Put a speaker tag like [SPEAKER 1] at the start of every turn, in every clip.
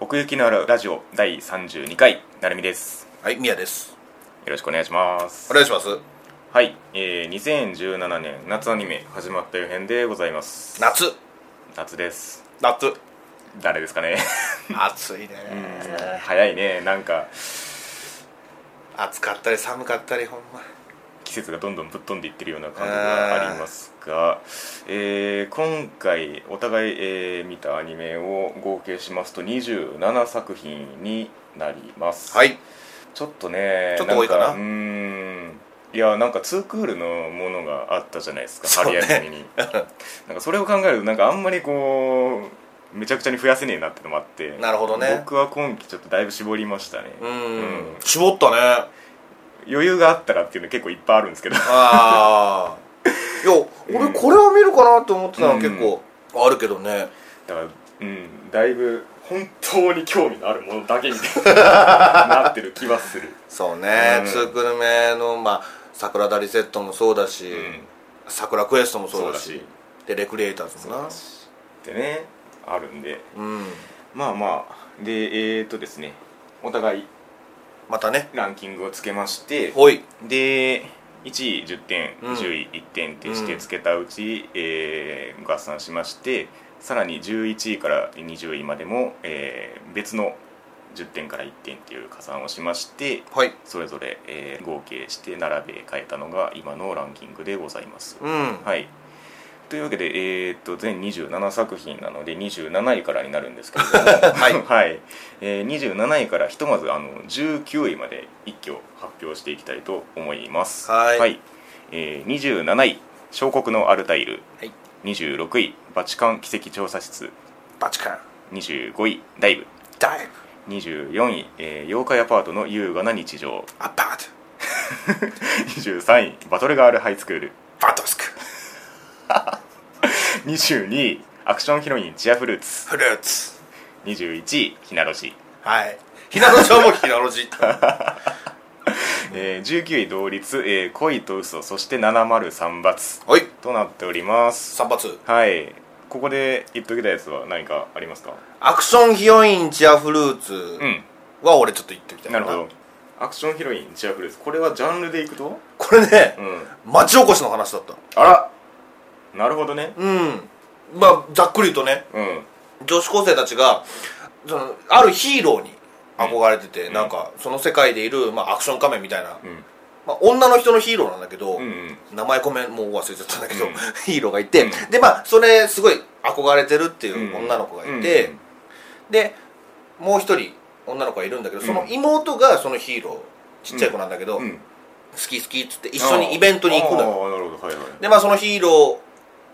[SPEAKER 1] 奥行きのあるラジオ第32回なるみです
[SPEAKER 2] はい、宮です。
[SPEAKER 1] よろしくお願いします
[SPEAKER 2] お願いします。
[SPEAKER 1] はい、えー、2017年夏アニメ始まった予編でございます
[SPEAKER 2] 夏。
[SPEAKER 1] 夏です
[SPEAKER 2] 夏。
[SPEAKER 1] 誰ですかね
[SPEAKER 2] 暑いね。
[SPEAKER 1] 早いねなんか
[SPEAKER 2] 暑かったり寒かったり、ほんま。
[SPEAKER 1] 季節がどんどんぶっ飛んでいってるような感覚がありますが、えー今回お互い、えー見たアニメを合計しますと27作品になります
[SPEAKER 2] はい。
[SPEAKER 1] ちょっとね
[SPEAKER 2] ちょっと多いかなん
[SPEAKER 1] うーんいやなんかツークールのものがあったじゃないですか
[SPEAKER 2] そう
[SPEAKER 1] 春
[SPEAKER 2] ね
[SPEAKER 1] 休みに なんかそれを考えるとなんかあんまりこうめちゃくちゃに増やせねえなってのもあって
[SPEAKER 2] なるほどね
[SPEAKER 1] 僕は今期ちょっとだいぶ絞りましたね
[SPEAKER 2] う
[SPEAKER 1] うん
[SPEAKER 2] ん。絞ったね。
[SPEAKER 1] 余裕があったらっていうの結構いっぱいあるんですけど
[SPEAKER 2] ああ。 いや、俺これを見るかなと思ってた
[SPEAKER 1] う
[SPEAKER 2] の
[SPEAKER 1] ん
[SPEAKER 2] 結構あるけどね。
[SPEAKER 1] だからうんだいぶ本当に興味のあるものだけみたいな なってる気はする
[SPEAKER 2] そうね
[SPEAKER 1] う。ん
[SPEAKER 2] ツークルメの、まあ、桜田リセットもそうだし、桜クエストもそうだし、で、レクリエイターズ
[SPEAKER 1] そ
[SPEAKER 2] も
[SPEAKER 1] う
[SPEAKER 2] な
[SPEAKER 1] だ。しってねあるんで
[SPEAKER 2] うん。
[SPEAKER 1] まあまあでえー、とですねお互い
[SPEAKER 2] またね。
[SPEAKER 1] ランキングをつけまして
[SPEAKER 2] ほい。
[SPEAKER 1] で1位10点、
[SPEAKER 2] うん
[SPEAKER 1] 10位1点ってしてつけたうち、えー合算しましてさらに11位から20位までも、えー別の10点から1点っていう加算をしまして
[SPEAKER 2] はい。
[SPEAKER 1] それぞれ、えー合計して並べ替えたのが今のランキングでございます、
[SPEAKER 2] うん。
[SPEAKER 1] はいというわけで、えーっと全27作品なので27位からになるんですけれども、
[SPEAKER 2] はい
[SPEAKER 1] えー27位からひとまずあの19位まで一挙発表していきたいと思います
[SPEAKER 2] はい
[SPEAKER 1] えー27位「小国のアルタイル
[SPEAKER 2] はい。」
[SPEAKER 1] 26位「バチカン奇跡調査室
[SPEAKER 2] バチカン。」
[SPEAKER 1] 25位「ダイブ
[SPEAKER 2] ダイブ。」
[SPEAKER 1] 24位、えー妖怪アパートの優雅な日常」
[SPEAKER 2] アパート。
[SPEAKER 1] 23位「バトルガールハイスクール」
[SPEAKER 2] バトスク。
[SPEAKER 1] 22位アクションヒロインチアフルーツ
[SPEAKER 2] フルーツ。
[SPEAKER 1] 21位ひなロジ、
[SPEAKER 2] はい。ひなのちゃんもひなの じ。
[SPEAKER 1] えー19位同率、えー恋と嘘そして703罰
[SPEAKER 2] はい。
[SPEAKER 1] となっております
[SPEAKER 2] 三発。
[SPEAKER 1] はいここで言っときたいやつは何かありますか
[SPEAKER 2] アクションヒロインチアフルーツ
[SPEAKER 1] うん
[SPEAKER 2] は俺ちょっと言ってみたい
[SPEAKER 1] なるほどアクションヒロインチアフルーツこれはジャンルでいくと
[SPEAKER 2] これね
[SPEAKER 1] う、ん
[SPEAKER 2] 町おこしの話だった。
[SPEAKER 1] あらなるほどね
[SPEAKER 2] うん。まあ、ざっくり言うとね、
[SPEAKER 1] うん
[SPEAKER 2] 女子高生たちが、その、あるヒーローに憧れてて、なんか、その世界でいる、まあ、アクション仮面みたいな、
[SPEAKER 1] うん
[SPEAKER 2] まあ、女の人のヒーローなんだけど、
[SPEAKER 1] うんうん
[SPEAKER 2] 名前ごめんもう忘れちゃったんだけど、
[SPEAKER 1] うん
[SPEAKER 2] ヒーローがいて、
[SPEAKER 1] うん
[SPEAKER 2] でまあそれすごい憧れてるっていううん女の子がいて、
[SPEAKER 1] うん
[SPEAKER 2] でもう一人女の子がいるんだけどその妹がそのヒーローちっちゃい子なんだけど、
[SPEAKER 1] うん
[SPEAKER 2] 好き好きっつって一緒にイベントに行くのよ
[SPEAKER 1] あーなるほどはいはい
[SPEAKER 2] でまあそのヒーロ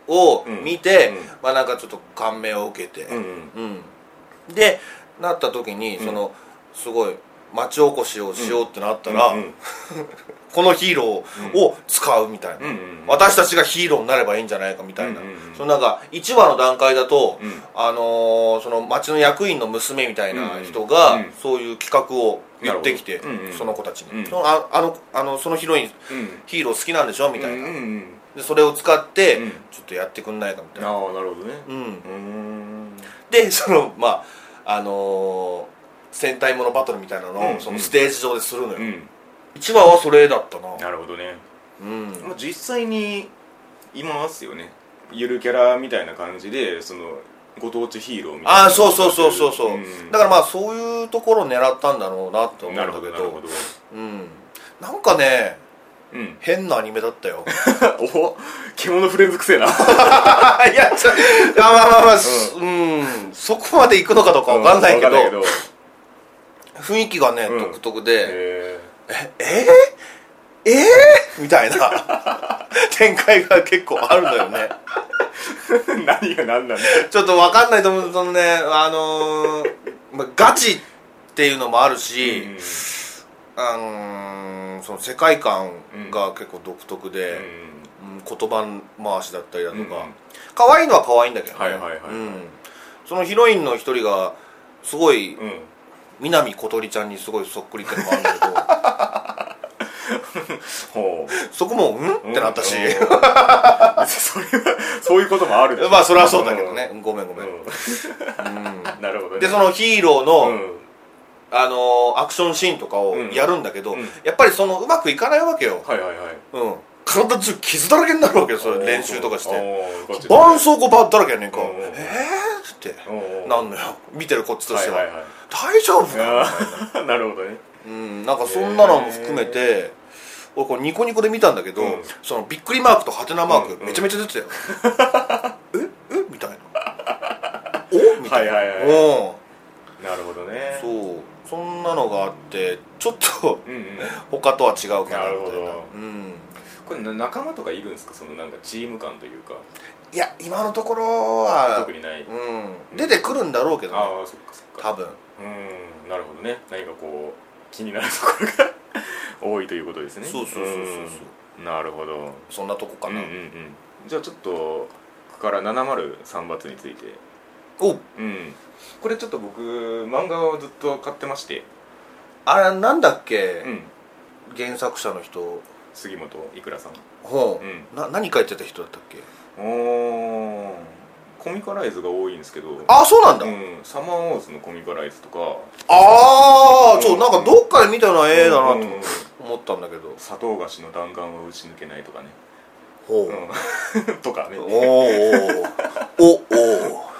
[SPEAKER 2] ーを見て、
[SPEAKER 1] うんうん
[SPEAKER 2] まあなんかちょっと感銘を受けて、
[SPEAKER 1] うんうん
[SPEAKER 2] うんでなった時にその、すごい町おこしをしようってなったら、
[SPEAKER 1] うんうん
[SPEAKER 2] このヒーローを使うみたいな、
[SPEAKER 1] うんうんうん
[SPEAKER 2] 私たちがヒーローになればいいんじゃないかみたいな、
[SPEAKER 1] うんうんうん
[SPEAKER 2] そのなんか1話の段階だと、
[SPEAKER 1] うん
[SPEAKER 2] あのーその町の役員の娘みたいな人が、
[SPEAKER 1] うんうん
[SPEAKER 2] そういう企画を言ってきて、
[SPEAKER 1] なるほどうんうん
[SPEAKER 2] その子たちに、
[SPEAKER 1] うん
[SPEAKER 2] そのああのあのそのヒロイン
[SPEAKER 1] うん
[SPEAKER 2] ヒーロー好きなんでしょみたいな、
[SPEAKER 1] うんうん
[SPEAKER 2] でそれを使って、
[SPEAKER 1] うん
[SPEAKER 2] ちょっとやってくんないかみた
[SPEAKER 1] う
[SPEAKER 2] い
[SPEAKER 1] んあ
[SPEAKER 2] な、
[SPEAKER 1] あなるほどね
[SPEAKER 2] うん
[SPEAKER 1] う、ーん
[SPEAKER 2] で そのまああのー戦隊ものバトルみたいなのを、
[SPEAKER 1] うん
[SPEAKER 2] そのステージ上でするのよ、
[SPEAKER 1] うん
[SPEAKER 2] 1話はそれだったな
[SPEAKER 1] なるほどね
[SPEAKER 2] うん
[SPEAKER 1] まあ、実際にいますよねゆるキャラみたいな感じでそのご当地ヒーローみたいな
[SPEAKER 2] ああそうそうそうそうそう、
[SPEAKER 1] ん
[SPEAKER 2] だからまあそういうところを狙ったんだろうなって思うん
[SPEAKER 1] な
[SPEAKER 2] だ
[SPEAKER 1] るほ
[SPEAKER 2] けど
[SPEAKER 1] どなるほど
[SPEAKER 2] うん、なんかね
[SPEAKER 1] うん
[SPEAKER 2] 変なアニメだったよ
[SPEAKER 1] お獣フレンズくせえな
[SPEAKER 2] いやちょあまあまあまあ、すうんそこまで行くのかどうかわかんないけど,、
[SPEAKER 1] わかんない
[SPEAKER 2] 雰囲気がね、
[SPEAKER 1] うん
[SPEAKER 2] 独特で
[SPEAKER 1] へ
[SPEAKER 2] ええええみたいな 展開が結構あるのよね
[SPEAKER 1] ー 何が何なんだ
[SPEAKER 2] ちょっとわかんないと思うそのねあのーまあ、ガチっていうのもあるし、あのーその世界観が結構独特で、うん言葉回しだったりだとか、
[SPEAKER 1] うんうん
[SPEAKER 2] 可愛いのは可愛いんだけどね、
[SPEAKER 1] はいはいはいはい
[SPEAKER 2] うん、そのヒロインの一人がすごい
[SPEAKER 1] うんうん
[SPEAKER 2] 南小鳥ちゃんにすごいそっくりってのもあるんだけど
[SPEAKER 1] ほう
[SPEAKER 2] そこもうんってなったし
[SPEAKER 1] うんうんそれはそういうこともあるでしょ
[SPEAKER 2] まあそれはそうだけどね、ごめんご
[SPEAKER 1] う
[SPEAKER 2] めん、
[SPEAKER 1] ん
[SPEAKER 2] う
[SPEAKER 1] なるほど
[SPEAKER 2] ん
[SPEAKER 1] ね
[SPEAKER 2] でそのヒーローの、
[SPEAKER 1] うん
[SPEAKER 2] あのーアクションシーンとかを
[SPEAKER 1] うん
[SPEAKER 2] やるんだけど、
[SPEAKER 1] うん
[SPEAKER 2] やっぱりそのうまくいかないわけよ、
[SPEAKER 1] はいはいはい
[SPEAKER 2] うん、体中傷だらけになるわけよそれ練習とかして
[SPEAKER 1] おーガチで
[SPEAKER 2] 絆創膏ばっだらけやねんか、
[SPEAKER 1] うん
[SPEAKER 2] えーって
[SPEAKER 1] おー
[SPEAKER 2] なんのよ見てるこっちと
[SPEAKER 1] は
[SPEAKER 2] し
[SPEAKER 1] い
[SPEAKER 2] ては、
[SPEAKER 1] はいはい
[SPEAKER 2] 大丈夫か
[SPEAKER 1] あー なるほどね
[SPEAKER 2] うん、なんかそんなのも含めて俺これニコニコで見たんだけど、
[SPEAKER 1] うん
[SPEAKER 2] そのびっくりマークとハテナマー
[SPEAKER 1] うんう
[SPEAKER 2] ク
[SPEAKER 1] ん
[SPEAKER 2] めちゃめちゃ出て たよ、ええみたいなおみたいな、
[SPEAKER 1] はいはいはい
[SPEAKER 2] うん
[SPEAKER 1] なるほどね
[SPEAKER 2] そうそんなのがあってちょっと
[SPEAKER 1] うんうん
[SPEAKER 2] 他とは違うか
[SPEAKER 1] な
[SPEAKER 2] な
[SPEAKER 1] る
[SPEAKER 2] み
[SPEAKER 1] ほ
[SPEAKER 2] たいな
[SPEAKER 1] ど
[SPEAKER 2] うん
[SPEAKER 1] これな仲間とかいるんですかそのなんかチーム感というか
[SPEAKER 2] いや今のところは
[SPEAKER 1] 特にない
[SPEAKER 2] うん、出てくるんだろうけど、ね、
[SPEAKER 1] ああそっかそっか
[SPEAKER 2] 多分
[SPEAKER 1] うんなるほどね何かこう気になるところが 多いということですね
[SPEAKER 2] そうそうそうそう
[SPEAKER 1] うんなるほど
[SPEAKER 2] そんなとこか
[SPEAKER 1] うんうん
[SPEAKER 2] な、
[SPEAKER 1] うんじゃあちょっとここから703罰について
[SPEAKER 2] お
[SPEAKER 1] うんこれちょっと僕漫画をずっと買ってまして
[SPEAKER 2] あれなんだっけ、
[SPEAKER 1] うん
[SPEAKER 2] 原作者の人
[SPEAKER 1] 杉本いくらさん
[SPEAKER 2] ほう、
[SPEAKER 1] う
[SPEAKER 2] な何書いてた人だったっけ
[SPEAKER 1] おーコミカライズが多いんですけど
[SPEAKER 2] あそうなんだ、
[SPEAKER 1] うん、サマーウォーズのコミカライズとか
[SPEAKER 2] ああそううんなんかどっかで見たような絵だな
[SPEAKER 1] うん
[SPEAKER 2] と思ったんだけど、
[SPEAKER 1] 砂糖菓子の弾丸は打ち抜けないとかね、
[SPEAKER 2] ほう、
[SPEAKER 1] うん とかね
[SPEAKER 2] おー おーおお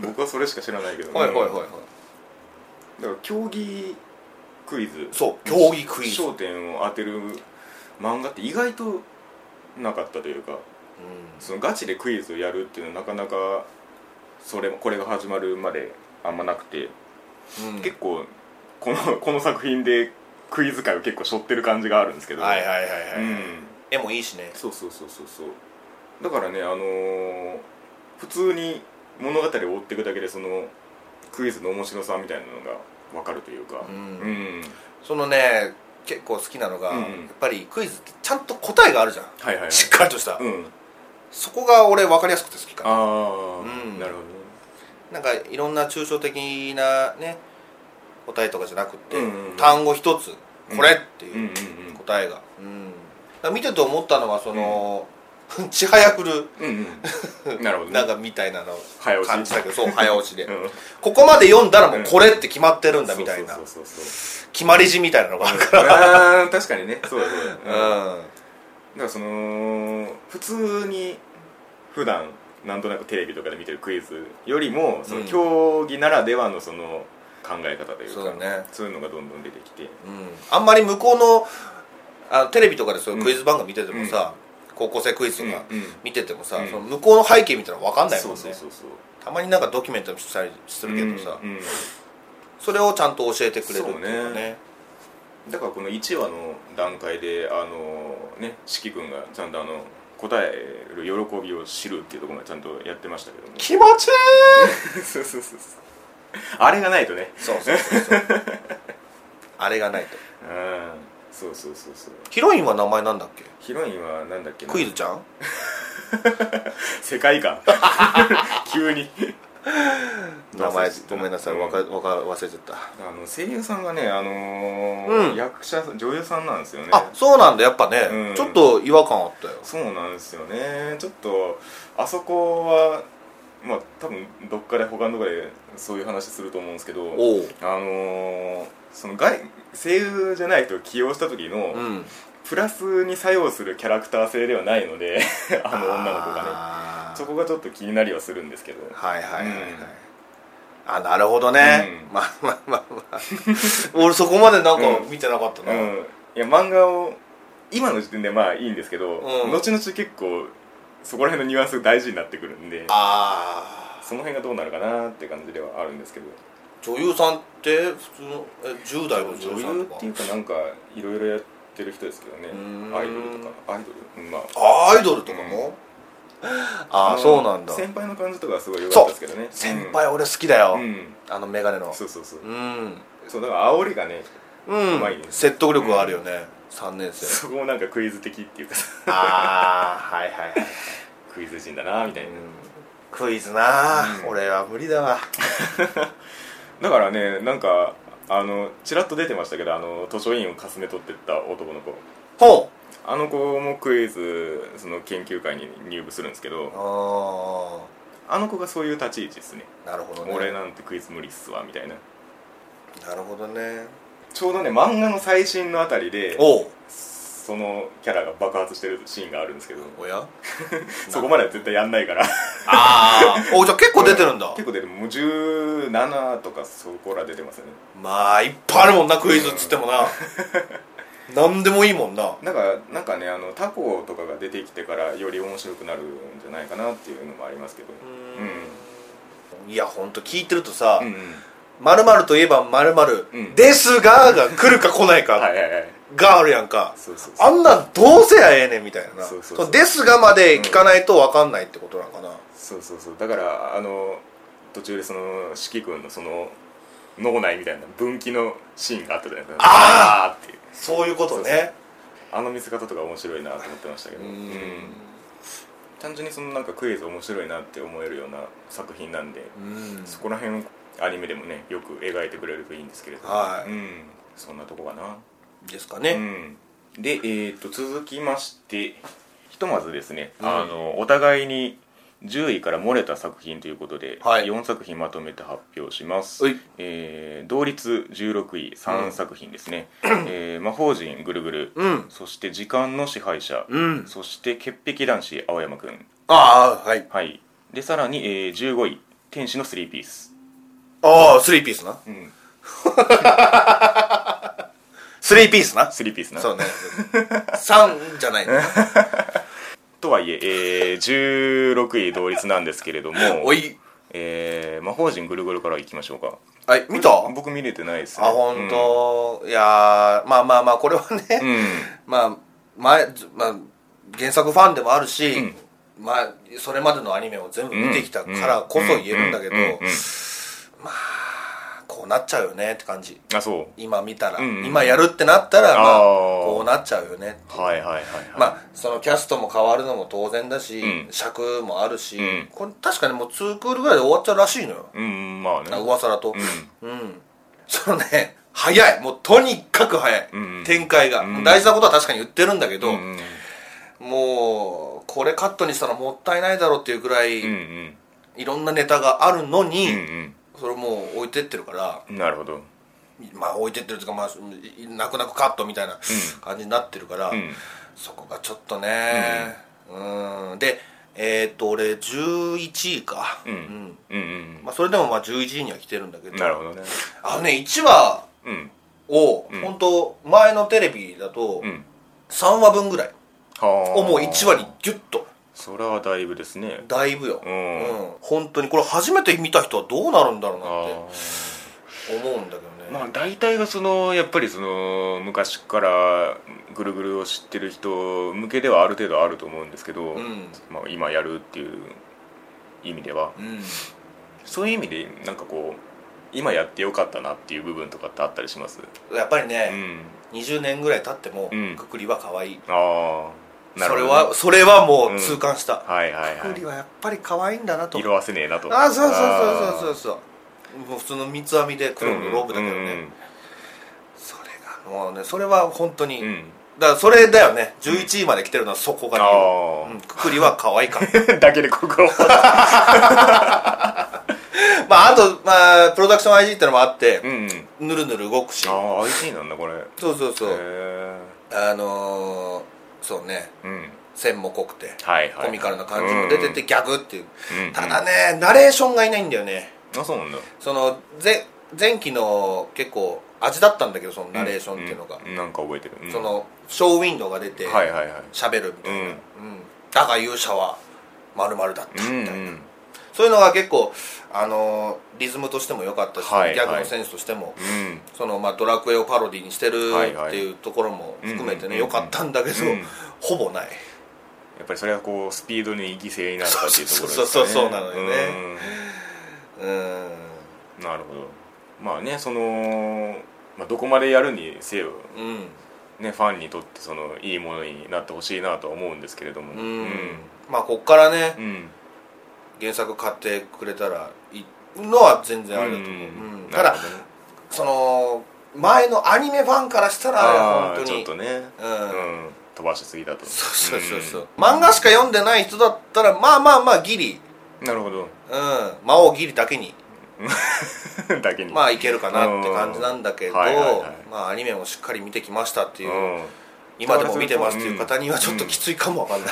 [SPEAKER 1] 僕はそれしか知らないけど、
[SPEAKER 2] おはいはいはいはい
[SPEAKER 1] だから競技クイズ
[SPEAKER 2] そう競技クイズ、うん
[SPEAKER 1] 焦点を当てる漫画って意外となかったというかそのガチでクイズをやるっていうのはなかなかそれもこれが始まるまであんまなくて、
[SPEAKER 2] うん
[SPEAKER 1] 結構この この作品でクイズ界を結構背負ってる感じがあるんですけど
[SPEAKER 2] はいはいはいはい、
[SPEAKER 1] うん
[SPEAKER 2] 絵もいいしね
[SPEAKER 1] そうそうそうそうそうだからねあのー普通に物語を追っていくだけでそのクイズの面白さみたいなのが分かるというか
[SPEAKER 2] うん
[SPEAKER 1] うん
[SPEAKER 2] そのね結構好きなのが、
[SPEAKER 1] うん
[SPEAKER 2] やっぱりクイズってちゃんと答えがあるじゃん、
[SPEAKER 1] はいはいはい
[SPEAKER 2] しっかりとした、
[SPEAKER 1] うん
[SPEAKER 2] そこが俺分かりやすくて好きかな
[SPEAKER 1] ああ、
[SPEAKER 2] うん
[SPEAKER 1] なるほ
[SPEAKER 2] なんかいろんな抽象的なね答えとかじゃなくって、
[SPEAKER 1] うんうんうん
[SPEAKER 2] 単語一つ
[SPEAKER 1] うん
[SPEAKER 2] これって
[SPEAKER 1] どねうんう
[SPEAKER 2] い
[SPEAKER 1] ん
[SPEAKER 2] う答えが、うんだから見てて思ったのはその、 ちはやふる
[SPEAKER 1] うんうんうんなるほどね
[SPEAKER 2] なんかみたいなの
[SPEAKER 1] 早押し
[SPEAKER 2] 感じたけどそう早押しで、
[SPEAKER 1] うん
[SPEAKER 2] ここまで読んだらもうこれって決まってるんだみたいな、
[SPEAKER 1] そうそうそうそう
[SPEAKER 2] 決まり字みたいなのがあるか、
[SPEAKER 1] あー確かにねそうだそうだ、うんだから らその普通に普段なんとなくテレビとかで見てるクイズよりもその競技ならではのその考え方というか、
[SPEAKER 2] そうだね
[SPEAKER 1] そういうのがどんどん出てきて
[SPEAKER 2] うんうんあんまり向こうのあテレビとかでそういうクイズ番組見ててもさ、高校生クイズとか
[SPEAKER 1] うんうん
[SPEAKER 2] 見ててもさ、
[SPEAKER 1] うん
[SPEAKER 2] その向こうの背景みたいなの分かんないもん
[SPEAKER 1] そう
[SPEAKER 2] ね
[SPEAKER 1] そうそうそう
[SPEAKER 2] たまになんかドキュメントにしたりするけどさ、
[SPEAKER 1] うんうん
[SPEAKER 2] それをちゃんと教えてくれるって
[SPEAKER 1] そ
[SPEAKER 2] いうか
[SPEAKER 1] う
[SPEAKER 2] ね
[SPEAKER 1] ねだからこの1話の段階であのね四季君がちゃんとあの答える喜びを知るっていうところまでちゃんとやってましたけども
[SPEAKER 2] 気持ちい い
[SPEAKER 1] そうそうそうそうあれがないとね
[SPEAKER 2] そうそうそうそう あれがないと
[SPEAKER 1] うんそうそうそうそう
[SPEAKER 2] ヒロインは名前なんだっけ
[SPEAKER 1] ヒロインはなんだっけな
[SPEAKER 2] クイズちゃん
[SPEAKER 1] 世界 観急に
[SPEAKER 2] 名前ごめんなさい、
[SPEAKER 1] う
[SPEAKER 2] わかわか忘れちゃった、
[SPEAKER 1] あの声優さんがねあのー
[SPEAKER 2] うん
[SPEAKER 1] 役者さん女優さんなんですよね
[SPEAKER 2] あそうなんだやっぱね、
[SPEAKER 1] うん
[SPEAKER 2] ちょっと違和感あったよ
[SPEAKER 1] そうなんですよねちょっとあそこはまあ多分どっかで他のとこでそういう話すると思うんですけど
[SPEAKER 2] おう
[SPEAKER 1] あのーその外声優じゃない人を起用した時の、
[SPEAKER 2] うん
[SPEAKER 1] プラスに作用するキャラクター性ではないので あの女の子がね
[SPEAKER 2] あー
[SPEAKER 1] そこがちょっと気になりはするんですけど
[SPEAKER 2] はいはいはいはい、
[SPEAKER 1] うん
[SPEAKER 2] あなるほどね、
[SPEAKER 1] う
[SPEAKER 2] まあまあまあまあ 俺そこまでなんか
[SPEAKER 1] うん
[SPEAKER 2] 見てなかった
[SPEAKER 1] う
[SPEAKER 2] な、
[SPEAKER 1] んいや漫画を今の時点でまあいいんですけど、
[SPEAKER 2] うん
[SPEAKER 1] 後々結構そこら辺のニュアンスが大事になってくるんで
[SPEAKER 2] ああ
[SPEAKER 1] その辺がどうなるかなって感じではあるんですけど
[SPEAKER 2] 女優さんって普通のえ10代の女優さ
[SPEAKER 1] 女
[SPEAKER 2] ん
[SPEAKER 1] 優
[SPEAKER 2] と
[SPEAKER 1] っ
[SPEAKER 2] か
[SPEAKER 1] ていうかなんかいろいろやってる人ですけどね
[SPEAKER 2] ん
[SPEAKER 1] アイドルとかアイドルうんまあ
[SPEAKER 2] あアイドルとかも、ああ
[SPEAKER 1] の
[SPEAKER 2] そうなんだ
[SPEAKER 1] 先輩の感じとかはすごい良かったですけどね
[SPEAKER 2] 先輩俺好きだよ、
[SPEAKER 1] うんうん
[SPEAKER 2] あの眼鏡の
[SPEAKER 1] そうそうそう
[SPEAKER 2] うん
[SPEAKER 1] そうだから煽りがね
[SPEAKER 2] うん
[SPEAKER 1] まいね
[SPEAKER 2] 説得力があるよね、三3年 生
[SPEAKER 1] そこもなんかクイズ的っていうかさ
[SPEAKER 2] ああはいはいはい、
[SPEAKER 1] クイズ人だなみたいな
[SPEAKER 2] クイズなあ、
[SPEAKER 1] うん
[SPEAKER 2] 俺は無理だわ
[SPEAKER 1] だからねなんかあのちらっと出てましたけどあの図書委員をかすめ取ってった男の子
[SPEAKER 2] ほう
[SPEAKER 1] あの子もクイズその研究会に入部するんですけど
[SPEAKER 2] あ
[SPEAKER 1] あの子がそういう立ち位置ですね
[SPEAKER 2] あなるほどね
[SPEAKER 1] 俺なんてクイズ無理っすわみたいな
[SPEAKER 2] なるほどね
[SPEAKER 1] ちょうどね漫画の最新のあたりで
[SPEAKER 2] おう
[SPEAKER 1] そのキャラが爆発してるシーンがあるんですけど
[SPEAKER 2] おや
[SPEAKER 1] そこまでは絶対やんないから
[SPEAKER 2] ああおじゃあ結構出てるんだ
[SPEAKER 1] 結構出てもう17とかそこら出てますよね
[SPEAKER 2] まあいっぱいあるもんなクイズっつっても な何でもいいもんな
[SPEAKER 1] なんかなんかねあの他校とかが出てきてからより面白くなるんじゃないかなっていうのもありますけど
[SPEAKER 2] いやほんと聞いてるとさ
[SPEAKER 1] うん、
[SPEAKER 2] 「まるまるといえばまるま
[SPEAKER 1] うん
[SPEAKER 2] るですが」が来るか来ない
[SPEAKER 1] は
[SPEAKER 2] か
[SPEAKER 1] いはいはい
[SPEAKER 2] があるやんか
[SPEAKER 1] そうそうそう
[SPEAKER 2] あんなんどうせやええねんみたいな
[SPEAKER 1] そうそうそう
[SPEAKER 2] そのですが」まで聞かないと分かんないってことなのかな
[SPEAKER 1] そうそうそうだからあの途中でその四季君のその脳内みたいな分岐のシーンがあったじゃないですか
[SPEAKER 2] あ
[SPEAKER 1] あーっていう
[SPEAKER 2] そういうことね
[SPEAKER 1] あの見せ方とか面白いなと思ってましたけど
[SPEAKER 2] う
[SPEAKER 1] うん
[SPEAKER 2] ん
[SPEAKER 1] 単純にそのなんかクイズ面白いなって思えるような作品なんで、
[SPEAKER 2] うん
[SPEAKER 1] そこら辺をアニメでもねよく描いてくれるといいんですけれども
[SPEAKER 2] はい
[SPEAKER 1] うん、そんなとこかな
[SPEAKER 2] ですか
[SPEAKER 1] う
[SPEAKER 2] ね
[SPEAKER 1] ん、で、えー、と続きましてひとまずですね、
[SPEAKER 2] うん
[SPEAKER 1] あのお互いに10位から漏れた作品ということで、
[SPEAKER 2] はい
[SPEAKER 1] 4作品まとめて発表します
[SPEAKER 2] はい、
[SPEAKER 1] えー同率16位3作品ですね「えー魔法陣ぐるぐる」
[SPEAKER 2] うん
[SPEAKER 1] そして「時間の支配者」
[SPEAKER 2] うん
[SPEAKER 1] そして「潔癖男子青山くん
[SPEAKER 2] ああはい」
[SPEAKER 1] はいでさらに、えー15位「天使のスリーピース
[SPEAKER 2] ああスリーピースな」
[SPEAKER 1] うん、
[SPEAKER 2] スリーピースな
[SPEAKER 1] スリーピースな
[SPEAKER 2] そうね3じゃないね
[SPEAKER 1] とはいええー16位同率なんですけれど も
[SPEAKER 2] おい
[SPEAKER 1] えー、魔法陣ぐるぐるからいきましょうか
[SPEAKER 2] はい見たあ
[SPEAKER 1] 僕見れてないですね
[SPEAKER 2] 本当、いやーまあまあまあこれはね、
[SPEAKER 1] うん、うん
[SPEAKER 2] まあ前、ずまあ、原作ファンでもあるし、
[SPEAKER 1] ん
[SPEAKER 2] まあそれまでのアニメを全部見てきたからこそ言えるんだけど、
[SPEAKER 1] うううん
[SPEAKER 2] こうなっちゃうよねって感じ
[SPEAKER 1] あそ
[SPEAKER 2] 今見たら、
[SPEAKER 1] うんうん
[SPEAKER 2] 今やるってなったらまあ
[SPEAKER 1] あー
[SPEAKER 2] こうなっちゃうよね
[SPEAKER 1] うはいはいはい、はい、
[SPEAKER 2] まあそのキャストも変わるのも当然だし、
[SPEAKER 1] うん
[SPEAKER 2] 尺もあるし、
[SPEAKER 1] うん
[SPEAKER 2] これ確かにもう2クールぐらいで終わっちゃうらしいのよ、
[SPEAKER 1] うんまあね
[SPEAKER 2] あ噂だと
[SPEAKER 1] う
[SPEAKER 2] うん、そのね早いもうとにかく早い、
[SPEAKER 1] うんうん
[SPEAKER 2] 展開が、
[SPEAKER 1] うん
[SPEAKER 2] 大事なことは確かに言ってるんだけど、
[SPEAKER 1] うんうん
[SPEAKER 2] もうこれカットにしたらもったいないだろうっていうくらい、
[SPEAKER 1] うんうん
[SPEAKER 2] いろんなネタがあるのに、
[SPEAKER 1] うん
[SPEAKER 2] それもう置いてってるから
[SPEAKER 1] うんなるほど
[SPEAKER 2] まあ置いてってるというか、まあ、泣く泣くカットみたいな感じになってるから、
[SPEAKER 1] うん
[SPEAKER 2] そこがちょっとねうんでえーっと俺11位か
[SPEAKER 1] うんうんうん
[SPEAKER 2] まあ、それでもまあ11位には来てるんだけ
[SPEAKER 1] う
[SPEAKER 2] ど
[SPEAKER 1] んなるほどね
[SPEAKER 2] あのね1話
[SPEAKER 1] うん
[SPEAKER 2] を、
[SPEAKER 1] うん
[SPEAKER 2] 本当前のテレビだと
[SPEAKER 1] うん
[SPEAKER 2] 3話分ぐらい
[SPEAKER 1] はあ
[SPEAKER 2] をもう1話にギュッと
[SPEAKER 1] それはだいぶですね
[SPEAKER 2] だいぶよ、
[SPEAKER 1] う
[SPEAKER 2] うんん本当にこれ初めて見た人はどうなるんだろうな
[SPEAKER 1] あ
[SPEAKER 2] っ
[SPEAKER 1] ー
[SPEAKER 2] て思うんだけどね、
[SPEAKER 1] まあ大体がそのやっぱりその昔からぐるぐるを知ってる人向けではある程度あると思うんですけど、
[SPEAKER 2] うん
[SPEAKER 1] まあ、今やるっていう意味では
[SPEAKER 2] うん
[SPEAKER 1] そういう意味でなんかこう今やってよかったなっていう部分とかってあったりします
[SPEAKER 2] やっぱり
[SPEAKER 1] う
[SPEAKER 2] ね、
[SPEAKER 1] ん
[SPEAKER 2] 20年ぐらい経っても、
[SPEAKER 1] うん
[SPEAKER 2] くくりは可愛い
[SPEAKER 1] ああな
[SPEAKER 2] そ
[SPEAKER 1] る
[SPEAKER 2] れ
[SPEAKER 1] ほどね、
[SPEAKER 2] はそれはもう痛感した、
[SPEAKER 1] はいはい
[SPEAKER 2] く
[SPEAKER 1] は
[SPEAKER 2] くり
[SPEAKER 1] い
[SPEAKER 2] はやっぱり可愛いんだなと
[SPEAKER 1] 色あせねえなと
[SPEAKER 2] あそうそうそうそう
[SPEAKER 1] う
[SPEAKER 2] そうそうもう普通の三つ編みで黒のローブだけどね、それがもうねそれは本当に、
[SPEAKER 1] うん、うんうん
[SPEAKER 2] だからそれだよね11位まで来てるのはそこが理由
[SPEAKER 1] あー
[SPEAKER 2] うん、くくりは可愛かった
[SPEAKER 1] うん だけで ここを
[SPEAKER 2] まああと、まあ、プロダクション IG ってのもあって
[SPEAKER 1] うん、うん、
[SPEAKER 2] ぬるぬる動くし
[SPEAKER 1] ああ IT なんだこれへ
[SPEAKER 2] そうそうそう
[SPEAKER 1] え
[SPEAKER 2] あのー、そうね
[SPEAKER 1] うん
[SPEAKER 2] 線も濃くて
[SPEAKER 1] はいはい
[SPEAKER 2] コミカルな感じも出てて、ギャグっていう
[SPEAKER 1] うんうん
[SPEAKER 2] ただねナレーションがいないんだよね
[SPEAKER 1] あそうなんだ
[SPEAKER 2] そのぜ前期の結構味だったんだけどそのナレーションっていうのが、
[SPEAKER 1] んんなんか覚えてる、うん
[SPEAKER 2] そのショーウィンドウが出て
[SPEAKER 1] はいはいはい
[SPEAKER 2] 喋るみ
[SPEAKER 1] う
[SPEAKER 2] たいな、
[SPEAKER 1] ん
[SPEAKER 2] うんだが勇者はまるだったみ
[SPEAKER 1] う
[SPEAKER 2] た
[SPEAKER 1] ん
[SPEAKER 2] いな、
[SPEAKER 1] うん
[SPEAKER 2] そういうのが結構、あのーリズムとしても良かったし、
[SPEAKER 1] はい
[SPEAKER 2] ギャグ
[SPEAKER 1] はい
[SPEAKER 2] のセンスとしても、
[SPEAKER 1] うん
[SPEAKER 2] そのまあ、ドラクエをパロディにしてる
[SPEAKER 1] はいはい
[SPEAKER 2] っていうところも含めて
[SPEAKER 1] うんうんうんうん
[SPEAKER 2] ね良、かったんだけど、
[SPEAKER 1] うん
[SPEAKER 2] ほぼない
[SPEAKER 1] やっぱりそれはこうスピードに犠牲になったっていうところですかね
[SPEAKER 2] そうそうそうそうなのよねうーん
[SPEAKER 1] うんなるほどまあねその、まあ、どこまでやるにせよ、
[SPEAKER 2] うん
[SPEAKER 1] ね、ファンにとってそのいいものになってほしいなとは思うんですけれども
[SPEAKER 2] うん、まあこっからね
[SPEAKER 1] うん、うん
[SPEAKER 2] 原作買ってくれたらいいのは全然あ
[SPEAKER 1] う
[SPEAKER 2] れだと思う、
[SPEAKER 1] ん
[SPEAKER 2] うんただ
[SPEAKER 1] なるほどね
[SPEAKER 2] その前のアニメファンからしたら
[SPEAKER 1] あー
[SPEAKER 2] 本当
[SPEAKER 1] ちょっ
[SPEAKER 2] に
[SPEAKER 1] とね、
[SPEAKER 2] うん
[SPEAKER 1] うん飛ばしすぎだと
[SPEAKER 2] そうそうそうそう、漫画しか読んでない人だったらまあまあまあギリ、
[SPEAKER 1] うんなるほど
[SPEAKER 2] うん、魔王ギリだけに
[SPEAKER 1] だけに
[SPEAKER 2] まあいけるかなって感じなんだけど、
[SPEAKER 1] うんはいはいはい
[SPEAKER 2] まあアニメもしっかり見てきましたっていう、
[SPEAKER 1] うん
[SPEAKER 2] 今でも見てますっていう方にはちょっときついかもわかんない、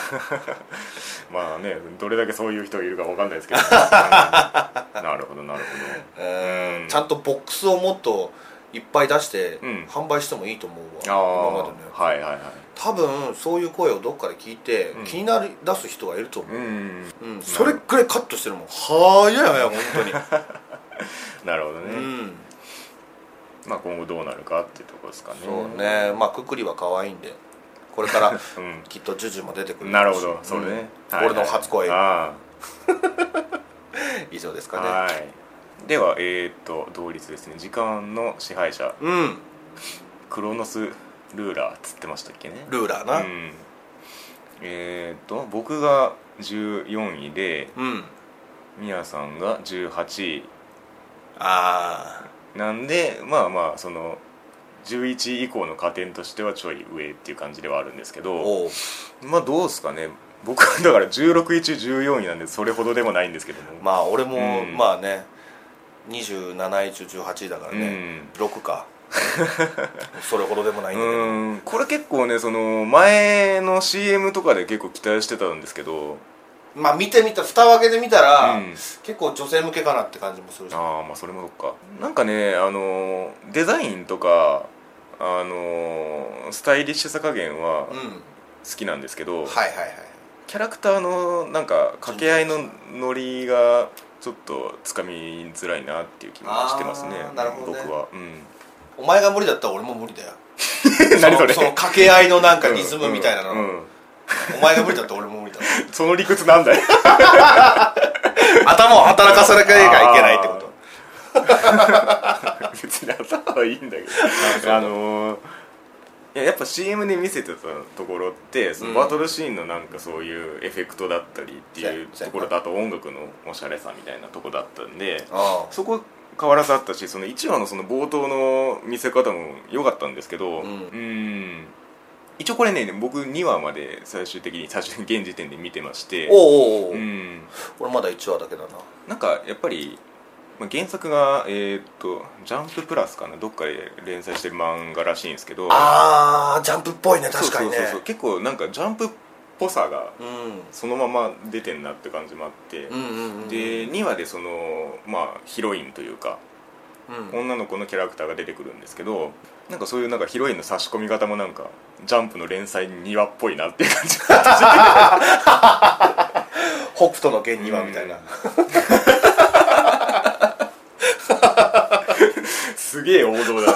[SPEAKER 1] まあねどれだけそういう人がいるかわかんないですけ ど、うんなるほどなるほど
[SPEAKER 2] うん
[SPEAKER 1] うん
[SPEAKER 2] ちゃんとボックスをもっといっぱい出して
[SPEAKER 1] うん
[SPEAKER 2] 販売してもいいと思うわ、今ま
[SPEAKER 1] あ
[SPEAKER 2] でね
[SPEAKER 1] あはいはいはい
[SPEAKER 2] 多分そういう声をどっかで聞いて、
[SPEAKER 1] うん
[SPEAKER 2] 気になり出す人がいると思
[SPEAKER 1] う
[SPEAKER 2] う、
[SPEAKER 1] ん
[SPEAKER 2] うんそれくらいカットしてるもんはやいや本
[SPEAKER 1] なるほど
[SPEAKER 2] 当に、
[SPEAKER 1] ね、
[SPEAKER 2] うん
[SPEAKER 1] まあ今後どうなるかっていうところですかね
[SPEAKER 2] そうねまあくくりは可愛いんでこれから
[SPEAKER 1] うん
[SPEAKER 2] きっとジュジュも出てく る
[SPEAKER 1] なるほど
[SPEAKER 2] ん
[SPEAKER 1] それね、
[SPEAKER 2] うん
[SPEAKER 1] はいはい
[SPEAKER 2] 俺の初恋
[SPEAKER 1] あ
[SPEAKER 2] 以上です
[SPEAKER 1] あ
[SPEAKER 2] かね
[SPEAKER 1] はいではえっ、と同率ですね時間の支配者
[SPEAKER 2] うん
[SPEAKER 1] クロノスルーラーっつってましたっけね
[SPEAKER 2] ルーラーな
[SPEAKER 1] う、んえっ、と僕が14位で
[SPEAKER 2] うん、
[SPEAKER 1] みやさんが18位
[SPEAKER 2] あ
[SPEAKER 1] なんでまあまあその11位以降の加点としてはちょい上っていう感じではあるんですけ
[SPEAKER 2] あ
[SPEAKER 1] ど
[SPEAKER 2] おう
[SPEAKER 1] まあどうですかね僕はだから16位中14位なんでそれほどでもないんですけども
[SPEAKER 2] まあ俺も、
[SPEAKER 1] うん
[SPEAKER 2] まあね27位中18位だからね、6か それほどでもない
[SPEAKER 1] う
[SPEAKER 2] んだけど、
[SPEAKER 1] んこれ結構ねその前の CM とかで結構期待してたんですけど
[SPEAKER 2] まあ見てみた蓋を開けてみたら、
[SPEAKER 1] うん
[SPEAKER 2] 結構女性向けかなって感じもするし
[SPEAKER 1] ああまあそれもどっかなんかねあのーデザインとかあのースタイリッシュさ加減は
[SPEAKER 2] うんはい
[SPEAKER 1] 好きなんですけど、
[SPEAKER 2] はいはい
[SPEAKER 1] キャラクターのなんか掛け合いのノリがちょっとつかみづらいなっていう気がしてますね
[SPEAKER 2] あーなるほどね
[SPEAKER 1] 僕は、 うん、
[SPEAKER 2] お前が無理だったら俺も無 理だよ
[SPEAKER 1] 何それ
[SPEAKER 2] のの掛け合いのなんか
[SPEAKER 1] うん
[SPEAKER 2] リズムみたいなの、
[SPEAKER 1] うんうん
[SPEAKER 2] お前が無理だったら俺も無理だ
[SPEAKER 1] その理屈なんだよ
[SPEAKER 2] 頭を働かさなきゃいけないってこと
[SPEAKER 1] 別に頭はいいんだけど あのーいややっぱ CM で見せてたところってその
[SPEAKER 2] うん
[SPEAKER 1] バトルシーンのなんかそういうエフェクトだったりっていう
[SPEAKER 2] そうや
[SPEAKER 1] ところとあと音楽のおしゃれさみたいなとこだったんで
[SPEAKER 2] あ
[SPEAKER 1] そこ変わらずあったしその1話のその冒頭の見せ方も良かったんですけど
[SPEAKER 2] うん
[SPEAKER 1] ん一応これね僕2話まで最終的に最終的に現時点で見てまして
[SPEAKER 2] おうおうおう、
[SPEAKER 1] うん
[SPEAKER 2] 俺まだ1話だけだな
[SPEAKER 1] なんかやっぱり、まあ、原作がえーっと「ジャンププラス」かなどっかで連載してる漫画らしいんですけど
[SPEAKER 2] あージャンプっぽいね確かにね
[SPEAKER 1] そうそうそうそう結構なんかジャンプっぽさが
[SPEAKER 2] うん
[SPEAKER 1] そのまま出てんなって感じもあって、
[SPEAKER 2] うんうんうん
[SPEAKER 1] で2話でそのまあヒロインというか
[SPEAKER 2] うん
[SPEAKER 1] 女の子のキャラクターが出てくるんですけどなんかそういうなんかヒロインの差し込み方もなんかジャンプの連載2話っぽいなっていう 感じが
[SPEAKER 2] 北斗の剣2話みたいな、
[SPEAKER 1] うんすげえ王道 だ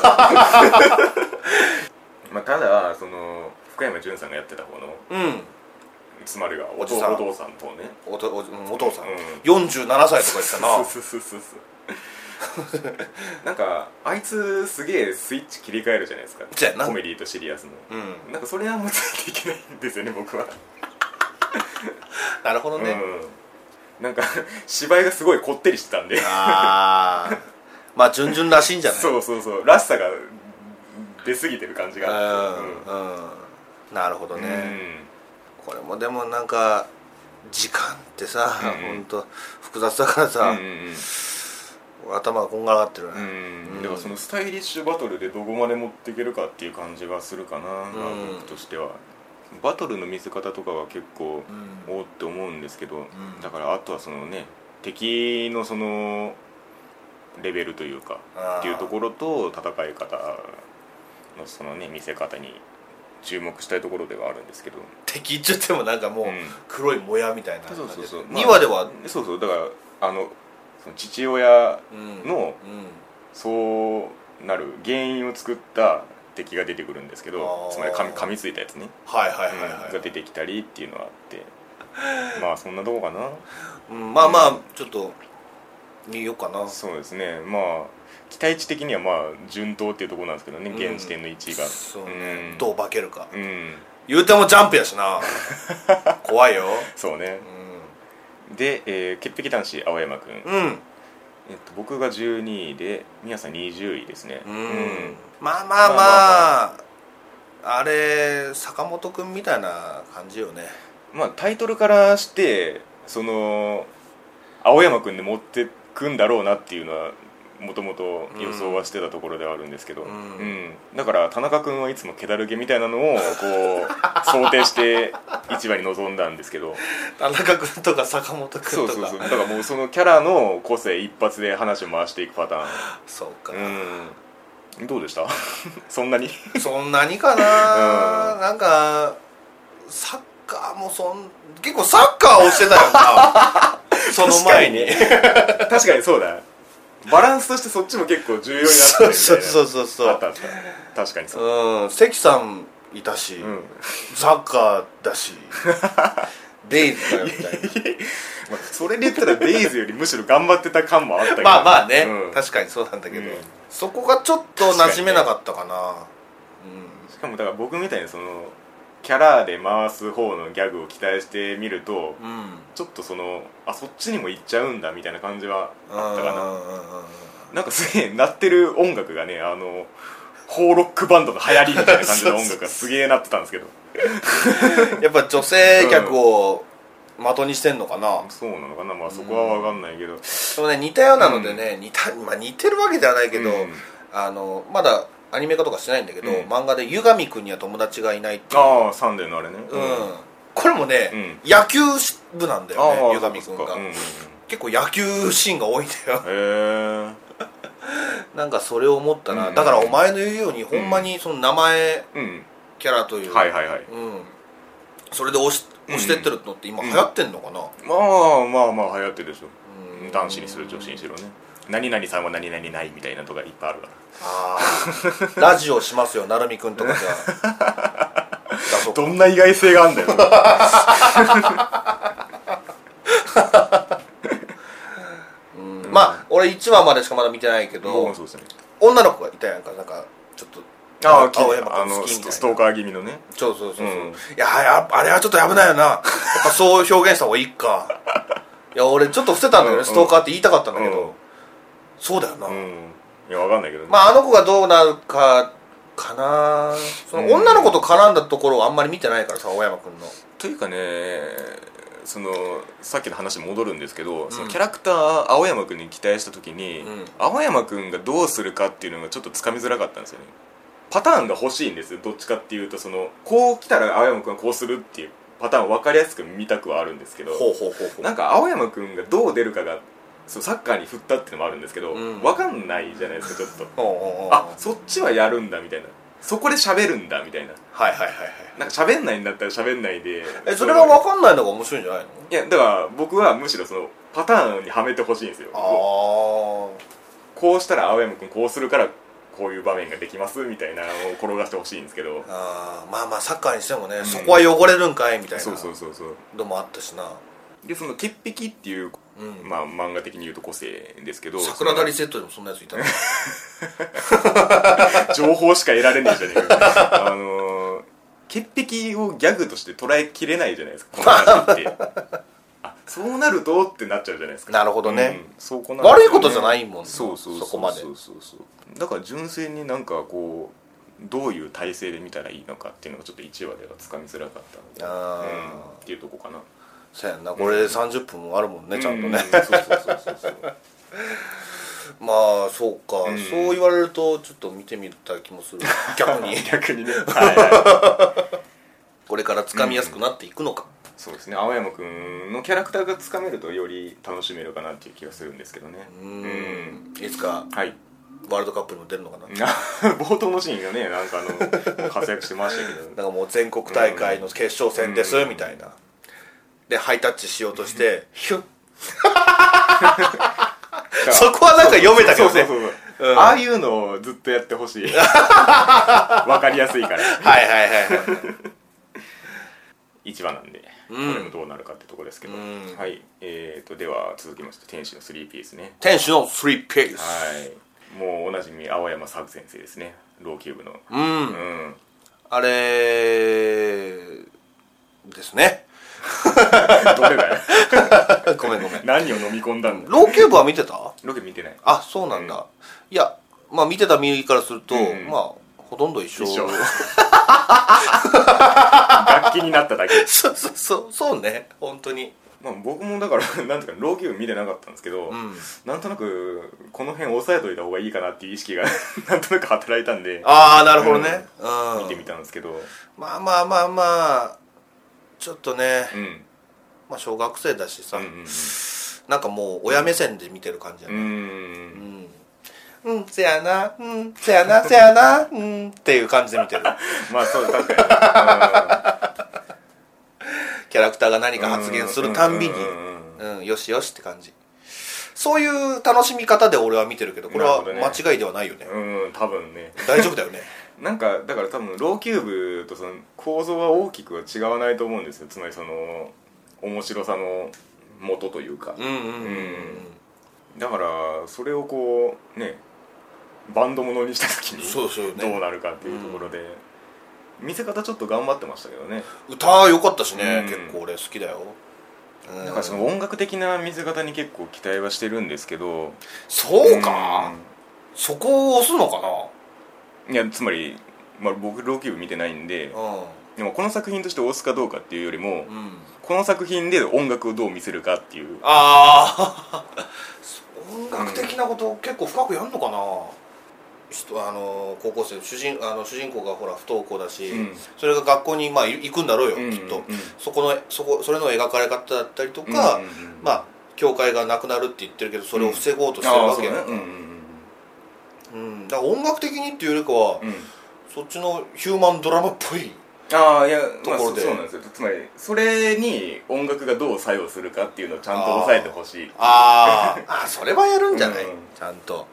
[SPEAKER 1] まあただその福山潤さんがやってた方の
[SPEAKER 2] うん
[SPEAKER 1] つまるがお
[SPEAKER 2] お
[SPEAKER 1] 父
[SPEAKER 2] じさん
[SPEAKER 1] お父さんとね
[SPEAKER 2] おとおうんお父さん、
[SPEAKER 1] うん
[SPEAKER 2] 47歳とか言ってたな
[SPEAKER 1] そうそうそうそう なんかあいつすげえスイッチ切り替えるじゃないですか
[SPEAKER 2] そうやな
[SPEAKER 1] コメディとシリアスの
[SPEAKER 2] うん
[SPEAKER 1] なんかそれはもうついていけないんですよね僕は
[SPEAKER 2] なるほどね、
[SPEAKER 1] うん、なんか 芝居がすごいこってりしてたんで
[SPEAKER 2] ああまあ順々らしいんじゃない
[SPEAKER 1] そうそうそうらしさが出過ぎてる感じ
[SPEAKER 2] うん
[SPEAKER 1] があって
[SPEAKER 2] うんなるほど
[SPEAKER 1] うん
[SPEAKER 2] ね、これもでもなんか時間ってさ、
[SPEAKER 1] うん
[SPEAKER 2] ほんと複雑だからさ、
[SPEAKER 1] うんうんうん
[SPEAKER 2] 頭がこんがらがってる
[SPEAKER 1] う
[SPEAKER 2] ね、
[SPEAKER 1] ん
[SPEAKER 2] うん
[SPEAKER 1] だからそのスタイリッシュバトルでどこまで持っていけるかっていう感じがするかな、
[SPEAKER 2] ん
[SPEAKER 1] 僕としてはバトルの見せ方とかは結構
[SPEAKER 2] うん
[SPEAKER 1] おーって思うんですけど、
[SPEAKER 2] ん
[SPEAKER 1] だからあとはそのね敵のそのレベルというか
[SPEAKER 2] あー
[SPEAKER 1] っていうところと戦い方のそのね見せ方に注目したいところではあるんですけど、
[SPEAKER 2] 敵っちゅってもなんかもう
[SPEAKER 1] うん
[SPEAKER 2] 黒いもやみたいな感じ
[SPEAKER 1] そうそうそう、
[SPEAKER 2] 2話では、
[SPEAKER 1] そうそうだからあのその父親
[SPEAKER 2] うん
[SPEAKER 1] の
[SPEAKER 2] う
[SPEAKER 1] そうなる原因を作った敵が出てくるんですけ
[SPEAKER 2] あ
[SPEAKER 1] ど
[SPEAKER 2] ー
[SPEAKER 1] つまり噛み噛みついたやつね、
[SPEAKER 2] んはいはいはいはい、
[SPEAKER 1] うんが出てきたりっていうの はあってまあそんなとこかな
[SPEAKER 2] うんまあまあちょっと見ようかな
[SPEAKER 1] そうですねまあ期待値的にはまあ順当っていうところなんですけどね、
[SPEAKER 2] うん
[SPEAKER 1] 現時点の1位が
[SPEAKER 2] そうね、
[SPEAKER 1] ん
[SPEAKER 2] どう化けるか
[SPEAKER 1] うん
[SPEAKER 2] 言うてもジャンプや しな怖いよ
[SPEAKER 1] そうね
[SPEAKER 2] う
[SPEAKER 1] で、えー潔癖男子青山君、ん
[SPEAKER 2] ん、うん、
[SPEAKER 1] えっと、僕が12位で宮さん20位ですね
[SPEAKER 2] う
[SPEAKER 1] うんん
[SPEAKER 2] まあまあま
[SPEAKER 1] まあ
[SPEAKER 2] ああれ坂本君みたいな感じよね
[SPEAKER 1] まあタイトルからしてその青山君で持ってくんだろうなっていうのはもともと予想はしてたところではあるんですけど、
[SPEAKER 2] うん
[SPEAKER 1] うんだから田中君はいつもけだるげみたいなのをこう想定して市場に臨んだんですけど
[SPEAKER 2] 田中君とか坂本君とか
[SPEAKER 1] そうそうそうだからもうそのキャラの個性一発で話を回していくパターン
[SPEAKER 2] そうか、
[SPEAKER 1] うんどうでした そんなに
[SPEAKER 2] そんなにかな、
[SPEAKER 1] うん
[SPEAKER 2] なんかサッカーもそん結構サッカーをしてたよな その前に
[SPEAKER 1] 確かに確かにそうだバランスとしてそっちも結構重要になってるみたい
[SPEAKER 2] そう
[SPEAKER 1] な
[SPEAKER 2] そうそうそう
[SPEAKER 1] あ
[SPEAKER 2] そ
[SPEAKER 1] ったあった確かにそう、
[SPEAKER 2] う、うん、関さんいたし、
[SPEAKER 1] うん
[SPEAKER 2] サッカーだ しデイズだよみたいな
[SPEAKER 1] まあ、それで言ったらデイズよりむしろ頑張ってた感もあったけど
[SPEAKER 2] まあまあね、
[SPEAKER 1] うん
[SPEAKER 2] 確かにそうなんだけど、
[SPEAKER 1] うん
[SPEAKER 2] そこがちょっと馴染めなかったかな
[SPEAKER 1] しかもだから僕みたいにそのキャラで回す方のギャグを期待してみると
[SPEAKER 2] うんうん
[SPEAKER 1] ちょっとそのあそっちにも行っちゃうんだみたいな感じはあったかな
[SPEAKER 2] あ
[SPEAKER 1] なんかすげえ鳴ってる音楽がねあのホーロックバンドの流行りみたいな感じの音楽がすげえ鳴ってたんですけど
[SPEAKER 2] ーやっぱ女性客を的にしてんのかな、
[SPEAKER 1] そうなのかなまあそこは分かんないけど、
[SPEAKER 2] でもね似たようなのでね、似たまあ、似てるわけではないけど、
[SPEAKER 1] うん
[SPEAKER 2] あのまだアニメ化とかしてないんだけど、
[SPEAKER 1] うん
[SPEAKER 2] 漫画で「湯上君には友達がいない」っていう、
[SPEAKER 1] ああサンデーのあれね
[SPEAKER 2] うんこれもね、野球部なんだ
[SPEAKER 1] ああ
[SPEAKER 2] よね湯上
[SPEAKER 1] そ
[SPEAKER 2] 君
[SPEAKER 1] っか
[SPEAKER 2] が、
[SPEAKER 1] うんうんうんへ
[SPEAKER 2] 結構野球シーンが多いんだよ
[SPEAKER 1] え
[SPEAKER 2] なんかそれを思ったな、
[SPEAKER 1] うん
[SPEAKER 2] だからお前の言うように、ほんまにその名前
[SPEAKER 1] うん
[SPEAKER 2] キャラという、
[SPEAKER 1] はいはいはい
[SPEAKER 2] うん、それで押し押してってるのって今流行ってんのかな、
[SPEAKER 1] まあまあまあ流行ってるでしょ
[SPEAKER 2] うん
[SPEAKER 1] 男子にする女子にしろね何々さんは何々ないみたいなとかいっぱいあるから
[SPEAKER 2] ああラジオしますよ成美君とかじゃあ だそうか
[SPEAKER 1] どんな意外性 があんだよ
[SPEAKER 2] まあ俺1話までしかまだ見てないけ
[SPEAKER 1] も
[SPEAKER 2] ど
[SPEAKER 1] うそうですね
[SPEAKER 2] 女の子がいたやんかなんかちょっと
[SPEAKER 1] ああ
[SPEAKER 2] 青山
[SPEAKER 1] あ
[SPEAKER 2] 君好
[SPEAKER 1] の
[SPEAKER 2] きみたいな
[SPEAKER 1] ストーカー気味のね
[SPEAKER 2] そうそうそうそう、
[SPEAKER 1] うん
[SPEAKER 2] いややあれはちょっと危ないよなやっぱそう表現した方がいい かいや俺ちょっと伏せたんだよね、
[SPEAKER 1] うん
[SPEAKER 2] ストーカーって言いたかったんだけど、
[SPEAKER 1] うん
[SPEAKER 2] そうだよな、
[SPEAKER 1] うんいや分かんないけどね
[SPEAKER 2] まああの子がどうなるかかなその女の子と絡んだところをあんまり見てないからさ青山君の
[SPEAKER 1] というかねそのさっきの話に戻るんですけど、そのキャラクター青山君に期待した時に、
[SPEAKER 2] うん
[SPEAKER 1] 青山君がどうするかっていうのがちょっとつかみづらかったんですよねパターンが欲しいんですよどっちかっていうとそのこう来たら青山君はこうするっていうパターンを分かりやすく見たくはあるんですけど
[SPEAKER 2] ほうほうほうほう
[SPEAKER 1] なんか青山君がどう出るかがそのサッカーに振ったっていうのもあるんですけど、
[SPEAKER 2] うん
[SPEAKER 1] 分かんないじゃないですかちょっと
[SPEAKER 2] おうおうおう
[SPEAKER 1] あそっちはやるんだみたいなそこで喋るんだみたいな
[SPEAKER 2] はいはいはいはい
[SPEAKER 1] なんか喋んないんだったら喋んないで
[SPEAKER 2] えそれが分かんないのが面白いんじゃないの
[SPEAKER 1] いやだから僕はむしろそのパターンにはめてほしいんですよ
[SPEAKER 2] あ
[SPEAKER 1] こうしたら青山君こうするからこういう場面ができますみたいなのを転がしてほしいんですけど
[SPEAKER 2] ーあーまあまあサッカーにしてもね、そこは汚れるんかいみたいな
[SPEAKER 1] そうそうそうそう
[SPEAKER 2] のもあったしな、
[SPEAKER 1] でその潔癖っていう、
[SPEAKER 2] うん
[SPEAKER 1] まあ、漫画的に言うと個性ですけど
[SPEAKER 2] 桜狩りセットでもそんなやつい たの
[SPEAKER 1] 情報しか得られねえじゃねえか あのー潔癖をギャグとして捉えきれないじゃないですかこの話ってあそうなるとってなっちゃうじゃないですか
[SPEAKER 2] なるほどね
[SPEAKER 1] うんそうこなんですよね
[SPEAKER 2] 悪いことじゃないもんね
[SPEAKER 1] そうそうう
[SPEAKER 2] そこまで
[SPEAKER 1] そうそうそうだから純粋になんかこうどういう体勢で見たらいいのかっていうのがちょっと1話ではつかみづらかったので
[SPEAKER 2] あ
[SPEAKER 1] うん
[SPEAKER 2] ー
[SPEAKER 1] っていうとこかな
[SPEAKER 2] そうやんなこれで30分あるもんね、ちゃんと
[SPEAKER 1] う
[SPEAKER 2] ね
[SPEAKER 1] そうそう そうそうそう
[SPEAKER 2] まあそうか、
[SPEAKER 1] うん
[SPEAKER 2] そう言われるとちょっと見てみた気もす る逆に
[SPEAKER 1] 逆にね はいはい
[SPEAKER 2] これから掴みやすくなっていくのか、
[SPEAKER 1] そうですね青山くんのキャラクターがつかめるとより楽しめるかなっていう気がするんですけどね
[SPEAKER 2] うーんいつか
[SPEAKER 1] はい
[SPEAKER 2] ワールドカップにも出るのかな、だ
[SPEAKER 1] 冒頭のシーンがねなんかあの活躍してましたけ ど
[SPEAKER 2] からもう全国大会の決勝戦です、
[SPEAKER 1] うん
[SPEAKER 2] みたいなでハイタッチしようとしてヒュッ そこはなんか読めたけど
[SPEAKER 1] そうそう
[SPEAKER 2] ね
[SPEAKER 1] そうそう
[SPEAKER 2] うん
[SPEAKER 1] ああいうのをずっとやってほ しいわかりやすいから
[SPEAKER 2] はいはいはいはい
[SPEAKER 1] 一番なんで、
[SPEAKER 2] うん
[SPEAKER 1] これもどうなるかってとこですけど、
[SPEAKER 2] うん
[SPEAKER 1] はい、えー、とでは続きまして天使の3ピースね
[SPEAKER 2] 天使のスリーピース、
[SPEAKER 1] はいもうおなじみ青山サブ先生ですね老朽部の
[SPEAKER 2] うん
[SPEAKER 1] うん
[SPEAKER 2] あれですね
[SPEAKER 1] どれだよ
[SPEAKER 2] ごめんごめん
[SPEAKER 1] 何を飲み込んだんだ
[SPEAKER 2] 老朽部は見てた
[SPEAKER 1] ロケ見てない
[SPEAKER 2] あそうなんだ、
[SPEAKER 1] うん
[SPEAKER 2] いやまあ見てた身からすると、
[SPEAKER 1] うん
[SPEAKER 2] まあほとんど一緒
[SPEAKER 1] 一緒楽器になっただけ
[SPEAKER 2] そうそうそうそうね本当に
[SPEAKER 1] まあ僕もだからなんとか老朽見てなかったんですけど、
[SPEAKER 2] うん
[SPEAKER 1] なんとなくこの辺押さえといた方がいいかなっていう意識がなんとなく働いたんで
[SPEAKER 2] ああなるほどね、うん
[SPEAKER 1] 見てみたんですけど
[SPEAKER 2] まあまあまあまあちょっとね、
[SPEAKER 1] うん
[SPEAKER 2] まあ、小学生だしさ、
[SPEAKER 1] うんうん
[SPEAKER 2] なんかもう親目線で見てる感じや
[SPEAKER 1] う
[SPEAKER 2] ねうんん、うん、せやなうんせやなせやなうんっていう感じで見てる
[SPEAKER 1] まあそう確か
[SPEAKER 2] キャラクターが何
[SPEAKER 1] に
[SPEAKER 2] か発言するたんびに
[SPEAKER 1] ううんうんうん
[SPEAKER 2] うんよしよしって感じそういう楽しみ方で俺は見てるけどこれ
[SPEAKER 1] な
[SPEAKER 2] は
[SPEAKER 1] るほどね
[SPEAKER 2] 間違いではないよね
[SPEAKER 1] うん多分ね
[SPEAKER 2] 大丈夫だよね
[SPEAKER 1] なんかだから多分老朽部とその構造は大きくは違わないと思うんですよつまりその面白さの元と いうか
[SPEAKER 2] うんうんうんうん
[SPEAKER 1] だからそれをこうねバンドものにした時に
[SPEAKER 2] そうそうね
[SPEAKER 1] どうなるかっていうところで、見せ方ちょっと頑張ってましたけどね、
[SPEAKER 2] 歌良かったしね、
[SPEAKER 1] うん
[SPEAKER 2] 結構俺好きだよ、うん
[SPEAKER 1] だからその音楽的な見せ方に結構期待はしてるんですけど
[SPEAKER 2] そうか、そこを押すのか
[SPEAKER 1] うんいやつまり、まあ、僕老朽部見てないんで
[SPEAKER 2] な
[SPEAKER 1] でもこの作品として押すかどうかっていうよりも、
[SPEAKER 2] うん、うん、
[SPEAKER 1] この作品で音楽をどう見せるかっていう
[SPEAKER 2] ああ 音楽的なこと結構深くやんのかな、ちょっとあの高校生主人あの主人公がほら不登校だし、
[SPEAKER 1] うん
[SPEAKER 2] それが学校にまあい行くんだろうよ、
[SPEAKER 1] うん
[SPEAKER 2] きっと、
[SPEAKER 1] うん
[SPEAKER 2] そこのそこそれの描かれ方だったりとか、
[SPEAKER 1] うんうんうん
[SPEAKER 2] まあ教会がなくなるって言ってるけどそれを防ごうとしてる
[SPEAKER 1] ああ
[SPEAKER 2] わ
[SPEAKER 1] そう
[SPEAKER 2] けよ、
[SPEAKER 1] ねうんうん
[SPEAKER 2] うんだから音楽的にっていうよりかは、
[SPEAKER 1] うんうん
[SPEAKER 2] そっちのヒューマンドラマっぽい
[SPEAKER 1] ああいや
[SPEAKER 2] とこ
[SPEAKER 1] ま
[SPEAKER 2] ろで
[SPEAKER 1] あ、そうそうなんですよつまりそれに音楽がどう作用するかっていうのをちゃんと抑えてほしい
[SPEAKER 2] あーあーそれはやるんじゃない、
[SPEAKER 1] うん
[SPEAKER 2] ちゃんと、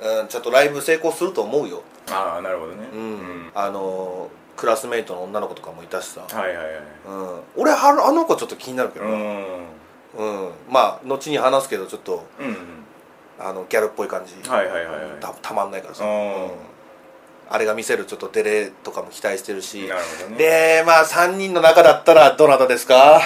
[SPEAKER 2] うん、ちゃんとライブ成功すると思うよ、
[SPEAKER 1] ああなるほどね
[SPEAKER 2] うん
[SPEAKER 1] うん
[SPEAKER 2] あのークラスメイトの女の子とかもいたしさ、
[SPEAKER 1] はいはいはい
[SPEAKER 2] うん、俺あのあの子ちょっと気になるけ
[SPEAKER 1] う
[SPEAKER 2] ど
[SPEAKER 1] ん
[SPEAKER 2] な、うんまあ後に話すけどちょっと
[SPEAKER 1] うん
[SPEAKER 2] あのギャルっぽい感じ、
[SPEAKER 1] はいはいはいはい
[SPEAKER 2] たたまんないからさ、
[SPEAKER 1] あー
[SPEAKER 2] うんあれが見せるちょっとデレとかも期待してるし
[SPEAKER 1] なるほどね
[SPEAKER 2] でまあ3人の中だったらどなたですか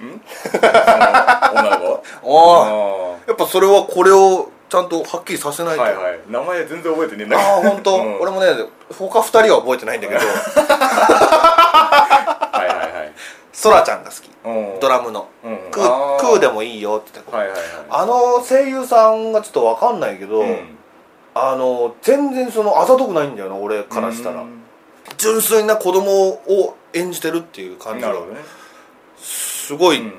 [SPEAKER 1] うんその女の子
[SPEAKER 2] おー
[SPEAKER 1] あ
[SPEAKER 2] やっぱそれはこれをちゃんとはっきりさせな
[SPEAKER 1] あ
[SPEAKER 2] いと、
[SPEAKER 1] はいはい名前全然覚えてねえんだけど
[SPEAKER 2] ああ本当、
[SPEAKER 1] うん
[SPEAKER 2] 俺もね他2人は覚えてないん だけど
[SPEAKER 1] はいはいはい
[SPEAKER 2] そらちゃんが好き
[SPEAKER 1] うん
[SPEAKER 2] ドラムの
[SPEAKER 1] うんう
[SPEAKER 2] 「
[SPEAKER 1] ん
[SPEAKER 2] ク
[SPEAKER 1] あ
[SPEAKER 2] ー
[SPEAKER 1] あ
[SPEAKER 2] クーでもいいよ」って言った子
[SPEAKER 1] はいはいはい
[SPEAKER 2] あの声優さんがちょっと分かんないけど、
[SPEAKER 1] うん
[SPEAKER 2] あの全然そのあざとくないんだよな俺からしたら
[SPEAKER 1] うん
[SPEAKER 2] 純粋な子供を演じてるっていう感じ
[SPEAKER 1] な
[SPEAKER 2] が
[SPEAKER 1] るほどね
[SPEAKER 2] すご
[SPEAKER 1] うん
[SPEAKER 2] い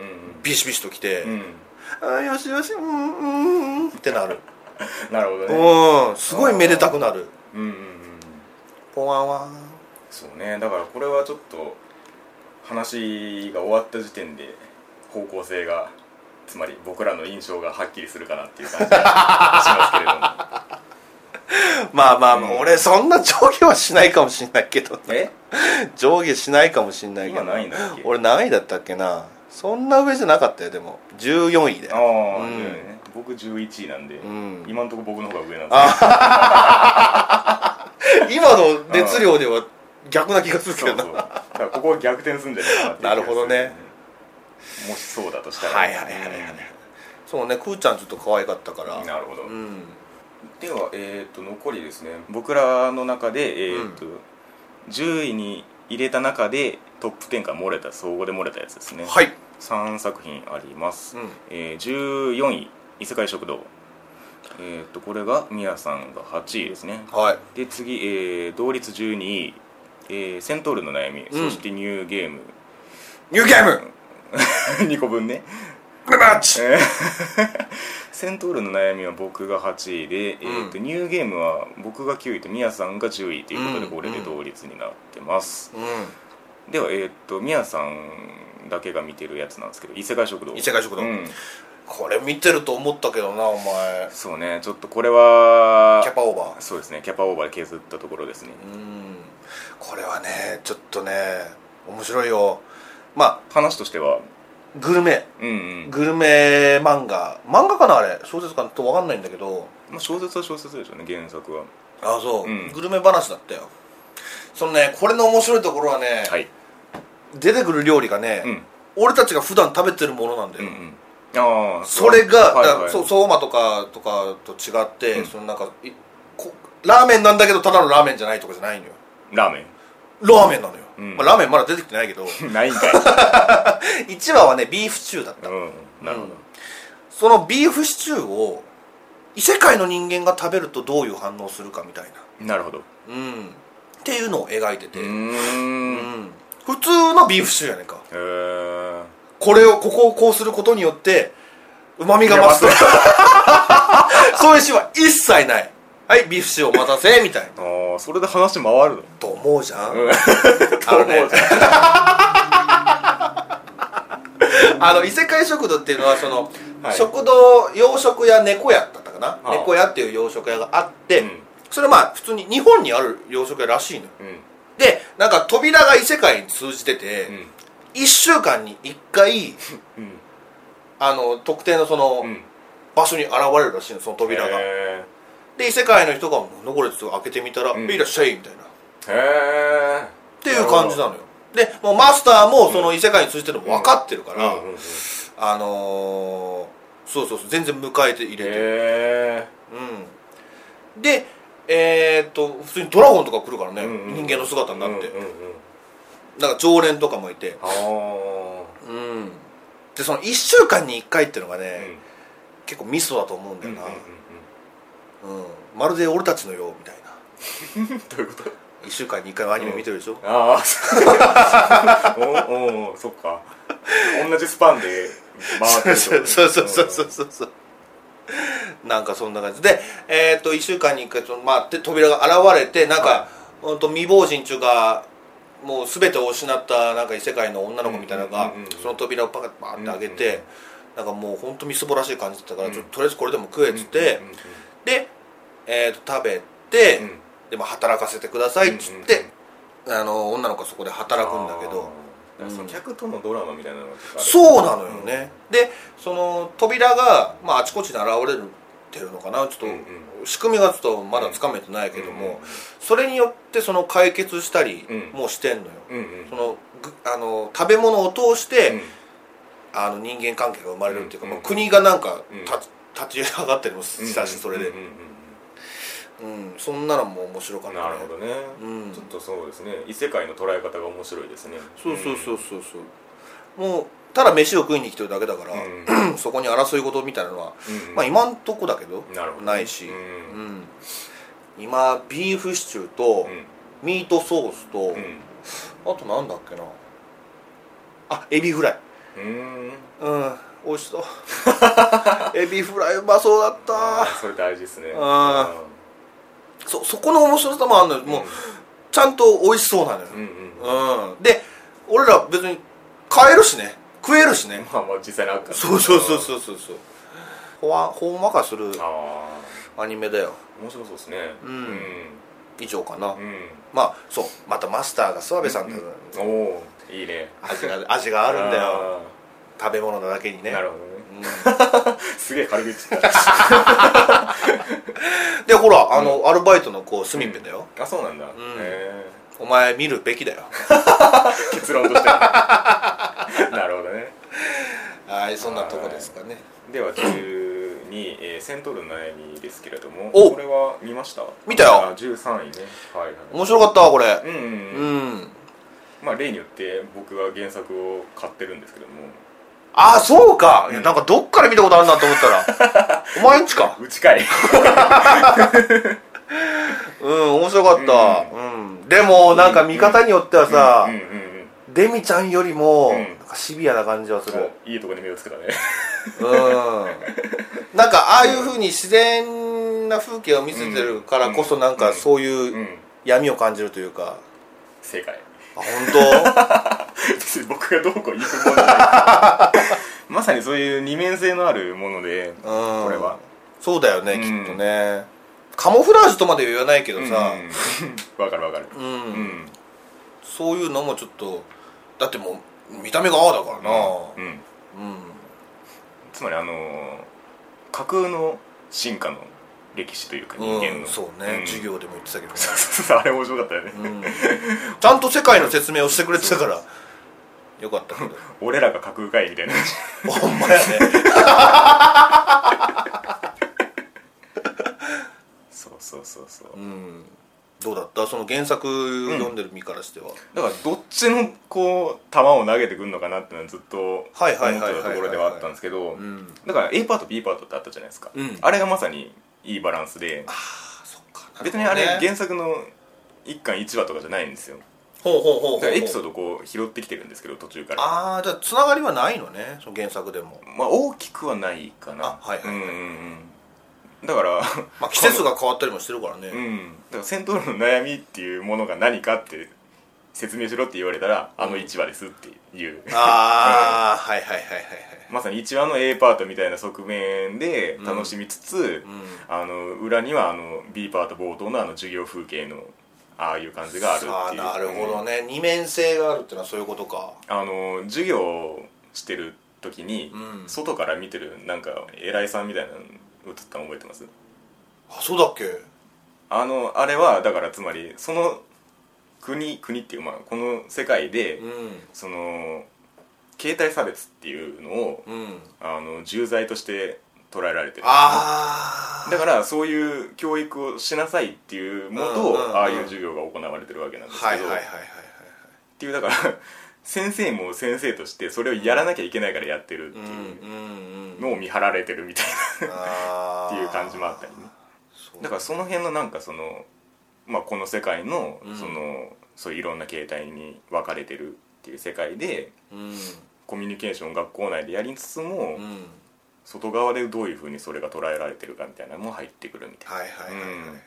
[SPEAKER 2] ビシビシときて
[SPEAKER 1] うんうん
[SPEAKER 2] 「あーよしよしうんうんうん」ってなる
[SPEAKER 1] うんなるほどね
[SPEAKER 2] うんすごいめでたくなる
[SPEAKER 1] うんうんうん
[SPEAKER 2] ポワンワン
[SPEAKER 1] そうねだからこれはちょっと話が終わった時点で方向性がつまり僕らの印象がはっきりするかなっていう感じがしますけれども
[SPEAKER 2] まあまあまあ、
[SPEAKER 1] うん
[SPEAKER 2] 俺そんな上下はしないかもしんないけど
[SPEAKER 1] え
[SPEAKER 2] 上下しないかもしんないけど
[SPEAKER 1] 今何位だっけ
[SPEAKER 2] 俺何位だったっけなそんな上じゃなかったよでも14位で
[SPEAKER 1] ああ、
[SPEAKER 2] うん
[SPEAKER 1] ね僕11位なんで、
[SPEAKER 2] うん
[SPEAKER 1] 今のところ僕の方が上なんです
[SPEAKER 2] 今の熱量では逆な気がするけ
[SPEAKER 1] けど
[SPEAKER 2] ど
[SPEAKER 1] そ
[SPEAKER 2] な
[SPEAKER 1] うそうだからここは逆転するんじゃないかなっていう気がす
[SPEAKER 2] なるほどね
[SPEAKER 1] もしそうだとしたら
[SPEAKER 2] はいはいはいはいはいそうねくーちゃんちょっと可愛かったから
[SPEAKER 1] うんなるほど、
[SPEAKER 2] うん
[SPEAKER 1] では、えー、と残りですね僕らの中で、えーと10位に入れた中でトップ10から漏れた総合で漏れたやつですね、
[SPEAKER 2] はい
[SPEAKER 1] 3作品あります、
[SPEAKER 2] うん
[SPEAKER 1] えー14位「異世界食堂」えー、とこれがみやさんが8位ですね
[SPEAKER 2] はい
[SPEAKER 1] で次、えー同率12位、えーセントールの悩み」
[SPEAKER 2] うん
[SPEAKER 1] そして「ニューゲーム
[SPEAKER 2] ニューゲーム」
[SPEAKER 1] 2個分ね
[SPEAKER 2] グラマッチ
[SPEAKER 1] セントールの悩みは僕が8位で、えーと
[SPEAKER 2] う
[SPEAKER 1] ニューゲームは僕が9位とミヤさんが10位ということで
[SPEAKER 2] うん
[SPEAKER 1] これで同率になってます、
[SPEAKER 2] う
[SPEAKER 1] ではえっ、とミヤさんだけが見てるやつなんですけど異世界食堂
[SPEAKER 2] ん異世界食堂
[SPEAKER 1] うん、
[SPEAKER 2] これ見てると思ったけどなお前
[SPEAKER 1] そうねちょっとこれは
[SPEAKER 2] キャパオーバー
[SPEAKER 1] そうですねキャパオーバーで削ったところですね
[SPEAKER 2] うんこれはねちょっとね面白いよま
[SPEAKER 1] 話としては
[SPEAKER 2] あグルメ
[SPEAKER 1] うんうん、
[SPEAKER 2] グルメ漫画漫画かなあれ小説かなとわかんないんだけど
[SPEAKER 1] まあ、小説は小説でしょうね原作は
[SPEAKER 2] ああそう、
[SPEAKER 1] うん
[SPEAKER 2] グルメ話だったよそのねこれの面白いところはね、
[SPEAKER 1] はい
[SPEAKER 2] 出てくる料理がね、
[SPEAKER 1] うん
[SPEAKER 2] 俺たちが普段食べてるものなんだ
[SPEAKER 1] う
[SPEAKER 2] よ、
[SPEAKER 1] んうんああ
[SPEAKER 2] それが、
[SPEAKER 1] はい
[SPEAKER 2] だ
[SPEAKER 1] はい
[SPEAKER 2] そ相馬とかとかと違って、
[SPEAKER 1] うん
[SPEAKER 2] そのなんかいこラーメンなんだけどただのラーメンじゃないとかじゃないのよ
[SPEAKER 1] ラーメ
[SPEAKER 2] ラーメンなのよ、
[SPEAKER 1] うん
[SPEAKER 2] まあ、ラーメンまだ出てきてないけ ど
[SPEAKER 1] ンないんかい、
[SPEAKER 2] 1話はねビーフシチューだった
[SPEAKER 1] うん、なるほど、
[SPEAKER 2] そのビーフシチューを異世界の人間が食べるとどういう反応するかみたい
[SPEAKER 1] なるほど
[SPEAKER 2] なうんっていうのを描いてて、
[SPEAKER 1] うー
[SPEAKER 2] うん
[SPEAKER 1] ん
[SPEAKER 2] 普通のビーフシチューやねんか
[SPEAKER 1] へえ
[SPEAKER 2] これをここをこうすることによってうまみが増す とかそういうシーンは一切ないはいビーフシチューお待たせみたいな
[SPEAKER 1] ああそれで話回るの
[SPEAKER 2] と思うじゃん、
[SPEAKER 1] うん
[SPEAKER 2] あのねあの異世界食堂っていうのはその、
[SPEAKER 1] はい
[SPEAKER 2] 食堂洋食屋猫屋だったかな、
[SPEAKER 1] あ
[SPEAKER 2] 猫屋っていう洋食屋があって、
[SPEAKER 1] うん
[SPEAKER 2] それまあ普通に日本にある洋食屋らしいのよ
[SPEAKER 1] うん
[SPEAKER 2] でなんか扉が異世界に通じてて、一1週間に1回
[SPEAKER 1] うん
[SPEAKER 2] あの特定のその、
[SPEAKER 1] うん
[SPEAKER 2] 場所に現れるらしいのその 扉が、
[SPEAKER 1] へ
[SPEAKER 2] で異世界の人が「残れ」って開けてみたら「
[SPEAKER 1] うん
[SPEAKER 2] いらっしゃい」みたいなっ
[SPEAKER 1] えへえって
[SPEAKER 2] いう感じなのよでもうマスターもその異世界に通じてるの分かってるから、
[SPEAKER 1] うんうんうん
[SPEAKER 2] あのーそうそうそう全然迎えて入れてる、
[SPEAKER 1] へ
[SPEAKER 2] うん、でえーっと普通にドラゴンとか来るからね、
[SPEAKER 1] うんうん
[SPEAKER 2] 人間の姿になって、
[SPEAKER 1] えうんうんうん
[SPEAKER 2] なんか常連とかもいて
[SPEAKER 1] ああ
[SPEAKER 2] うんでその1週間に1回っていうのが
[SPEAKER 1] う
[SPEAKER 2] ね、
[SPEAKER 1] ん
[SPEAKER 2] 結構ミソだと思うん
[SPEAKER 1] う
[SPEAKER 2] だよ
[SPEAKER 1] んうん
[SPEAKER 2] な、
[SPEAKER 1] うん
[SPEAKER 2] うんまるで俺たちのようみたいな
[SPEAKER 1] うんどういうこと
[SPEAKER 2] 1週間に1回はアニメ見てるでしょ、
[SPEAKER 1] ああ おおそっか同じスパンで回ってるってこと
[SPEAKER 2] そうそうそうそうそうそうなんかそんな感じで、えーっと1週間に1回その、まあ、で扉が現れてなんか、
[SPEAKER 1] は
[SPEAKER 2] ほんと未亡人中がもう全てを失ったなんか異世界の女の子みたいなのが、
[SPEAKER 1] うんうんうんうん
[SPEAKER 2] その扉をパカッバーって開け
[SPEAKER 1] うんうん
[SPEAKER 2] て、なんかもうほんとみすぼらしい感じだったから、
[SPEAKER 1] うん
[SPEAKER 2] ちょっととりあえずこれでも食えっつって、
[SPEAKER 1] うんうんうん
[SPEAKER 2] で、えーっと食べて、
[SPEAKER 1] うん
[SPEAKER 2] でまあ働かせてくださいっつって、あの女の子はそこで働くんだけど。
[SPEAKER 1] あーだからその客とのドラマみたいなのとかある
[SPEAKER 2] そうなのよね、でその扉が、まあ、あちこちに現れるっていうのかなちょっと、
[SPEAKER 1] うんう
[SPEAKER 2] 仕組みがちょっとまだつかめてないけども、
[SPEAKER 1] うんうん
[SPEAKER 2] それによってその解決したり
[SPEAKER 1] うん
[SPEAKER 2] もうしてんのよ、
[SPEAKER 1] うんうん
[SPEAKER 2] そのぐあの食べ物を通して、
[SPEAKER 1] うん
[SPEAKER 2] あの人間関係が生まれるっていうか、
[SPEAKER 1] うんうん
[SPEAKER 2] まあ国がなんか
[SPEAKER 1] うん
[SPEAKER 2] 立ち立ち上がったりもしたし、それで
[SPEAKER 1] うん、うんうん
[SPEAKER 2] うんそんなのも面白か
[SPEAKER 1] う
[SPEAKER 2] っ
[SPEAKER 1] ん
[SPEAKER 2] た
[SPEAKER 1] な
[SPEAKER 2] ね
[SPEAKER 1] るほどね、
[SPEAKER 2] うん
[SPEAKER 1] ちょっとそうですね異世界の捉え方が面白いですね
[SPEAKER 2] そうそうそうそうそうもうただ飯を食いに来てるだけだから、
[SPEAKER 1] うん
[SPEAKER 2] そこに争い事みたいなのは
[SPEAKER 1] うんうん
[SPEAKER 2] まあ今んとこだけど
[SPEAKER 1] なるほど
[SPEAKER 2] ないし、
[SPEAKER 1] う
[SPEAKER 2] うん
[SPEAKER 1] ん
[SPEAKER 2] 今ビーフシチューと
[SPEAKER 1] うん
[SPEAKER 2] ミートソースと、
[SPEAKER 1] うん
[SPEAKER 2] あとなんだっけなあエビフライ
[SPEAKER 1] うん
[SPEAKER 2] うん美味し そうエビフライうまそうだ
[SPEAKER 1] あ
[SPEAKER 2] っ
[SPEAKER 1] ーそれ大事ですね
[SPEAKER 2] あたそそこの面白さもあるのよ
[SPEAKER 1] うん
[SPEAKER 2] もうちゃんと美味しそうなのよ
[SPEAKER 1] うんうん
[SPEAKER 2] うん、で俺ら別に買えるしね食えるしね
[SPEAKER 1] まあまあ実際なんか
[SPEAKER 2] そうそうそうそうそうそうほわほんわかする
[SPEAKER 1] あ
[SPEAKER 2] アニメだよ
[SPEAKER 1] あ面白そうですね
[SPEAKER 2] うん
[SPEAKER 1] う
[SPEAKER 2] 以上か
[SPEAKER 1] ん
[SPEAKER 2] な、
[SPEAKER 1] うん
[SPEAKER 2] まあそうまたマスターが諏訪部さんだ、
[SPEAKER 1] おおーいいね
[SPEAKER 2] 味が味があるんだよ
[SPEAKER 1] あ
[SPEAKER 2] 食べ物なだけに
[SPEAKER 1] ー
[SPEAKER 2] ね
[SPEAKER 1] なるほどね
[SPEAKER 2] う
[SPEAKER 1] すげえ軽口言った
[SPEAKER 2] んでほらあの、アルバイトの子スミペだよ、
[SPEAKER 1] あそうなんだへえ
[SPEAKER 2] お前見るべきだよ
[SPEAKER 1] 結論として はなるほどね
[SPEAKER 2] はいそんなとこですかね
[SPEAKER 1] では12、えー、セントルの悩みですけれども
[SPEAKER 2] お
[SPEAKER 1] これは見ました
[SPEAKER 2] 見たよ
[SPEAKER 1] あ13位ねはいはい
[SPEAKER 2] 面白かったわこれ
[SPEAKER 1] うんうんう
[SPEAKER 2] う
[SPEAKER 1] ん、
[SPEAKER 2] ん、
[SPEAKER 1] まあ例によって僕は原作を買ってるんですけども
[SPEAKER 2] ああそうか、いやなんかどっから見たことあるなと思ったら お前んちか
[SPEAKER 1] うちかい
[SPEAKER 2] うん面白かった、うんでもなんか見方によってはさ、
[SPEAKER 1] うんうんうん
[SPEAKER 2] デミちゃんよりも、
[SPEAKER 1] うん
[SPEAKER 2] なんかシビアな感じはする
[SPEAKER 1] おいいとこで目をつけたね
[SPEAKER 2] うんなんかああいうふうに自然な風景を見せてるからこそなんかそう
[SPEAKER 1] う
[SPEAKER 2] いうん闇を感じるというか
[SPEAKER 1] 正解
[SPEAKER 2] あ本
[SPEAKER 1] 別に僕がどうこう言うものじゃ ないまさにそういう二面性のあるもので
[SPEAKER 2] 当 うん
[SPEAKER 1] これは
[SPEAKER 2] そうだよね、
[SPEAKER 1] うん
[SPEAKER 2] きっとねカモフラージュとまでは言わないけどさ
[SPEAKER 1] うんうんわかるわかる
[SPEAKER 2] うん、
[SPEAKER 1] うん
[SPEAKER 2] そういうのもちょっとだってもう見た目がああだからな
[SPEAKER 1] うん
[SPEAKER 2] うん、
[SPEAKER 1] つまりあのー架空の進化の歴史というか人間の、
[SPEAKER 2] うんそうね、
[SPEAKER 1] ん
[SPEAKER 2] 授 業でも言ってたけどね
[SPEAKER 1] そうそうそうあれ面白かったよね、
[SPEAKER 2] うんちゃんと世界の説明をしてくれてたからよかったけど
[SPEAKER 1] 俺らが架空かいみた いな
[SPEAKER 2] ほんまやね
[SPEAKER 1] そうそうそうそう
[SPEAKER 2] うんどうだったその原作読んでる身からしては、
[SPEAKER 1] だからどっちのこう球を投げてくるのかなってのはずっと思って
[SPEAKER 2] はい
[SPEAKER 1] た
[SPEAKER 2] はいはいはい
[SPEAKER 1] ところではあったんですけど
[SPEAKER 2] ん
[SPEAKER 1] だから A パート B パートってあったじゃないですか、
[SPEAKER 2] うん
[SPEAKER 1] あれがまさにいいバランスで
[SPEAKER 2] あそっか
[SPEAKER 1] 別にあれ
[SPEAKER 2] 原
[SPEAKER 1] 原作の1巻1話とかじゃないんですよ
[SPEAKER 2] ほうほうほうほう
[SPEAKER 1] だからエピソードをこう拾ってきてるんですけど途中から
[SPEAKER 2] ああじゃあつながりはないのねその原作でも
[SPEAKER 1] まあ大きくはないかな
[SPEAKER 2] あはいはいは
[SPEAKER 1] う
[SPEAKER 2] い
[SPEAKER 1] んうんうんだから、
[SPEAKER 2] まあ季節が変わったりもしてるからね、
[SPEAKER 1] うん、だから戦闘力の悩みっていうものが何かって説明しろって言われたら、あの1話ですっていう
[SPEAKER 2] ああ、はいはいはいはい
[SPEAKER 1] まさに1話の A パートみたいな側面で楽しみつつ、
[SPEAKER 2] はい、
[SPEAKER 1] あの裏にはあの B パート冒頭のあの授業風景のああいう感じがあるっていう
[SPEAKER 2] ああなるほどね、二面性があるってのはそういうことか
[SPEAKER 1] あの授業をしてる時に、
[SPEAKER 2] うん
[SPEAKER 1] 外から見てるなんか偉いさんみたいなの映ったの覚えてます
[SPEAKER 2] あそうだっけ
[SPEAKER 1] あのあれはだからつまりその国国っていう、まあ、この世界で、
[SPEAKER 2] うん
[SPEAKER 1] その携帯差別っていうのを
[SPEAKER 2] うん
[SPEAKER 1] あの重罪として捉えられてる
[SPEAKER 2] ああ
[SPEAKER 1] だからそういう教育をしなさいっていうもと、
[SPEAKER 2] うんうんうん
[SPEAKER 1] ああいう授業が行われてるわけなんですけど、
[SPEAKER 2] はいはいはいはいはい
[SPEAKER 1] っていうだから先生も先生としてそれをやらなきゃいけないからやってるって
[SPEAKER 2] う
[SPEAKER 1] い
[SPEAKER 2] ん
[SPEAKER 1] う
[SPEAKER 2] うんうん
[SPEAKER 1] のを見張られてるみたいな
[SPEAKER 2] あー
[SPEAKER 1] っていう感じもあったりね
[SPEAKER 2] そう
[SPEAKER 1] だからその辺のなんかその、まあ、この世界の
[SPEAKER 2] うん
[SPEAKER 1] その、そういういろんな形態に分かれてるっていう世界で
[SPEAKER 2] うん
[SPEAKER 1] コミュニケーションを学校内でやりつつも、
[SPEAKER 2] うん
[SPEAKER 1] 外側でどういうふうにそれが捉えられてるかみたいなのも入ってくるみたいな。
[SPEAKER 2] はいはいはいはいはい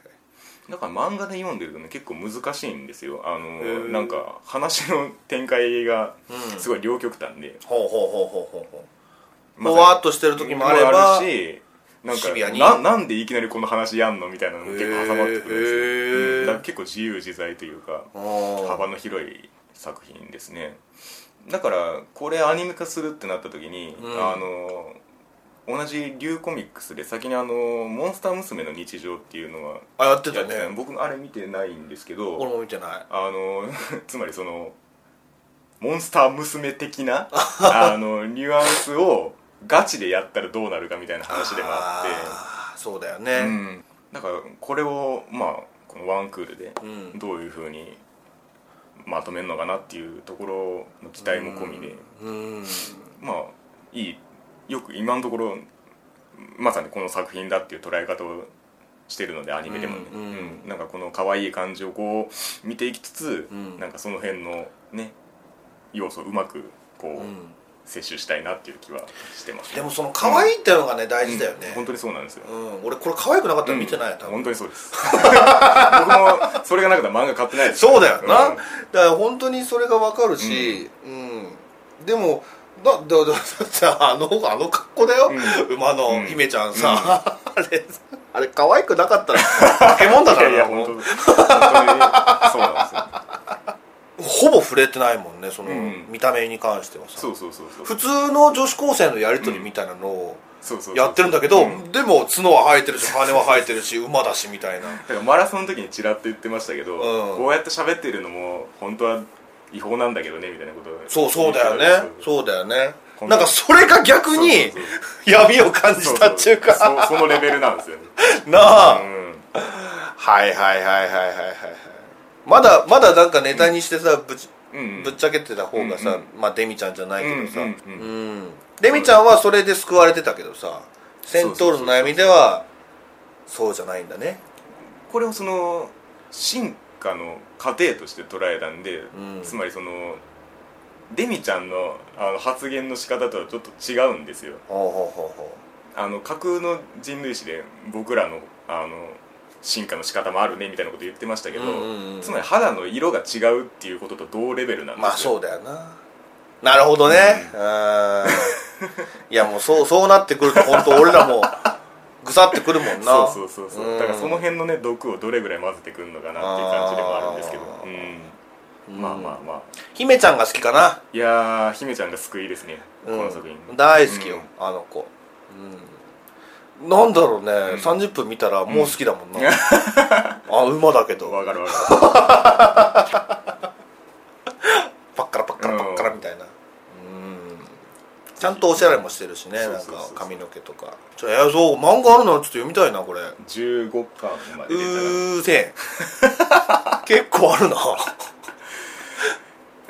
[SPEAKER 1] だから漫画で読んでるとね結構難しいんですよあの
[SPEAKER 2] ー
[SPEAKER 1] なんか話の展開が
[SPEAKER 2] うん
[SPEAKER 1] すごい両極端で、
[SPEAKER 2] ほうほうほうほうほうほう
[SPEAKER 1] ま
[SPEAKER 2] ぼ
[SPEAKER 1] さに
[SPEAKER 2] わっとしてる時もあれば
[SPEAKER 1] あるしなんか
[SPEAKER 2] シビアに
[SPEAKER 1] ななんでいきなりこの話やんのみたいなのも結構挟まってくるんですよ、
[SPEAKER 2] へー
[SPEAKER 1] うんだから結構自由自在というか幅の広い作品ですねだからこれアニメ化するってなった時に、
[SPEAKER 2] うん
[SPEAKER 1] あの同じリュウコミックスで先にあの「モンスター娘の日常」っていうのは
[SPEAKER 2] あやって
[SPEAKER 1] や
[SPEAKER 2] た
[SPEAKER 1] ってた
[SPEAKER 2] ね
[SPEAKER 1] 僕あれ見てないんですけど
[SPEAKER 2] 俺も見てない
[SPEAKER 1] あの つまりそのモンスター娘的 なあのニュアンスをガチでやったらどうなるかみたいな話でもあっ
[SPEAKER 2] あーそうだよ
[SPEAKER 1] てう
[SPEAKER 2] ね
[SPEAKER 1] んだからこれをまあこのワンクールで
[SPEAKER 2] うん
[SPEAKER 1] どういうふうにまとめるのかなっていうところの期待も込みで、
[SPEAKER 2] うん
[SPEAKER 1] まあいいよく今のところまさにこの作品だっていう捉え方をしてるのでアニメでもね、
[SPEAKER 2] うんうん
[SPEAKER 1] うんなんかこの可愛い感じをこう見ていきつつ、
[SPEAKER 2] うん
[SPEAKER 1] なんかその辺のね要素をうまくこ
[SPEAKER 2] う
[SPEAKER 1] う、
[SPEAKER 2] ん
[SPEAKER 1] 摂取したいなっていう気はしてます、
[SPEAKER 2] でもその可愛いってのがね大事だよ
[SPEAKER 1] うん
[SPEAKER 2] ね
[SPEAKER 1] 本当にそうなんですよ、
[SPEAKER 2] うん俺これ可愛くなかったら見てないよ多
[SPEAKER 1] 本
[SPEAKER 2] 分
[SPEAKER 1] 当にそうです僕もそれがなかったら漫画買ってないです
[SPEAKER 2] そうだよな
[SPEAKER 1] うん
[SPEAKER 2] だから本当にそれがわかるしうんでもだだだだってあのあの格好だよ
[SPEAKER 1] う
[SPEAKER 2] 馬
[SPEAKER 1] う
[SPEAKER 2] の
[SPEAKER 1] ん
[SPEAKER 2] 姫ちゃんさ あれあれ可愛くなかったら化け物だか
[SPEAKER 1] いやいや
[SPEAKER 2] ら
[SPEAKER 1] 本当
[SPEAKER 2] な
[SPEAKER 1] に本当にそうなんですよ
[SPEAKER 2] ほぼ触れてないもんねその
[SPEAKER 1] うん
[SPEAKER 2] 見た目に関してはさ
[SPEAKER 1] そうそうそうそう
[SPEAKER 2] 普通の女子高生のやり取りみたいなのを
[SPEAKER 1] そうそうそう
[SPEAKER 2] やってるんだけど、
[SPEAKER 1] うん
[SPEAKER 2] でも角は生えてるし羽は生えてるし馬だしみたいな
[SPEAKER 1] だからマラソンの時にちらっと言ってましたけど、
[SPEAKER 2] うん
[SPEAKER 1] こうやって喋ってるのも本当は違法なんだけどねみたいなことを
[SPEAKER 2] そうそうだよね
[SPEAKER 1] そう
[SPEAKER 2] そうだよね
[SPEAKER 1] こんな
[SPEAKER 2] なんかそれが逆に
[SPEAKER 1] そうそう
[SPEAKER 2] 闇を感じ
[SPEAKER 1] そう
[SPEAKER 2] たっちゅうか
[SPEAKER 1] そうそうそのレベルなんですよね、
[SPEAKER 2] な
[SPEAKER 1] う
[SPEAKER 2] あ、
[SPEAKER 1] ん、
[SPEAKER 2] はいはいはいはいはいはいはいまだまだなんかネタにしてさぶち
[SPEAKER 1] うんうん
[SPEAKER 2] ぶっちゃけてた方がさ、
[SPEAKER 1] うん
[SPEAKER 2] まあデミちゃんじゃないけどさ、
[SPEAKER 1] う
[SPEAKER 2] うん
[SPEAKER 1] う
[SPEAKER 2] ん
[SPEAKER 1] ん
[SPEAKER 2] デミちゃんはそれで救われてたけどさ戦闘力の悩みではそうじゃないんだね
[SPEAKER 1] これをその進化の過程として捉えたんで、
[SPEAKER 2] うん
[SPEAKER 1] つまりそのデミちゃんのあの発言の仕方とはちょっと違うんですよ
[SPEAKER 2] ほうほうほうほ
[SPEAKER 1] あの架空の人類史で僕らのあの進化の仕方もあるねみたいなこと言ってましたけど、
[SPEAKER 2] うんうんうん
[SPEAKER 1] つまり肌の色が違うっていうことと同レベルなん
[SPEAKER 2] う
[SPEAKER 1] ですよ
[SPEAKER 2] まあそうだよななるほどねう ーんいやもうそうそうなってくると本当俺らもぐさってくるもんな
[SPEAKER 1] そうそうそうそう、
[SPEAKER 2] うん
[SPEAKER 1] だからその辺のね毒をどれぐらい混ぜてくるのかなっていう感じでもあるんですけど
[SPEAKER 2] あ、
[SPEAKER 1] う、
[SPEAKER 2] うんん
[SPEAKER 1] まあまあまあ
[SPEAKER 2] 姫ちゃんが好きかない
[SPEAKER 1] やー姫ちゃんが救いですね、
[SPEAKER 2] うん
[SPEAKER 1] この作品
[SPEAKER 2] 大好きよ、
[SPEAKER 1] うん
[SPEAKER 2] あの子、うん、なんだろうね、
[SPEAKER 1] ん
[SPEAKER 2] 30分見たらもう好きだもんな、あ馬だけど
[SPEAKER 1] わかるわか
[SPEAKER 2] パッカラパッカラパッカラみたいな、
[SPEAKER 1] る
[SPEAKER 2] おしゃれもしてるしね
[SPEAKER 1] そう
[SPEAKER 2] なん
[SPEAKER 1] そうそう
[SPEAKER 2] か
[SPEAKER 1] そう
[SPEAKER 2] 髪の毛とかちょえーそう漫画あるならちょっと読みたいなこれう
[SPEAKER 1] 15巻まで出たら
[SPEAKER 2] ーせえ結構あるな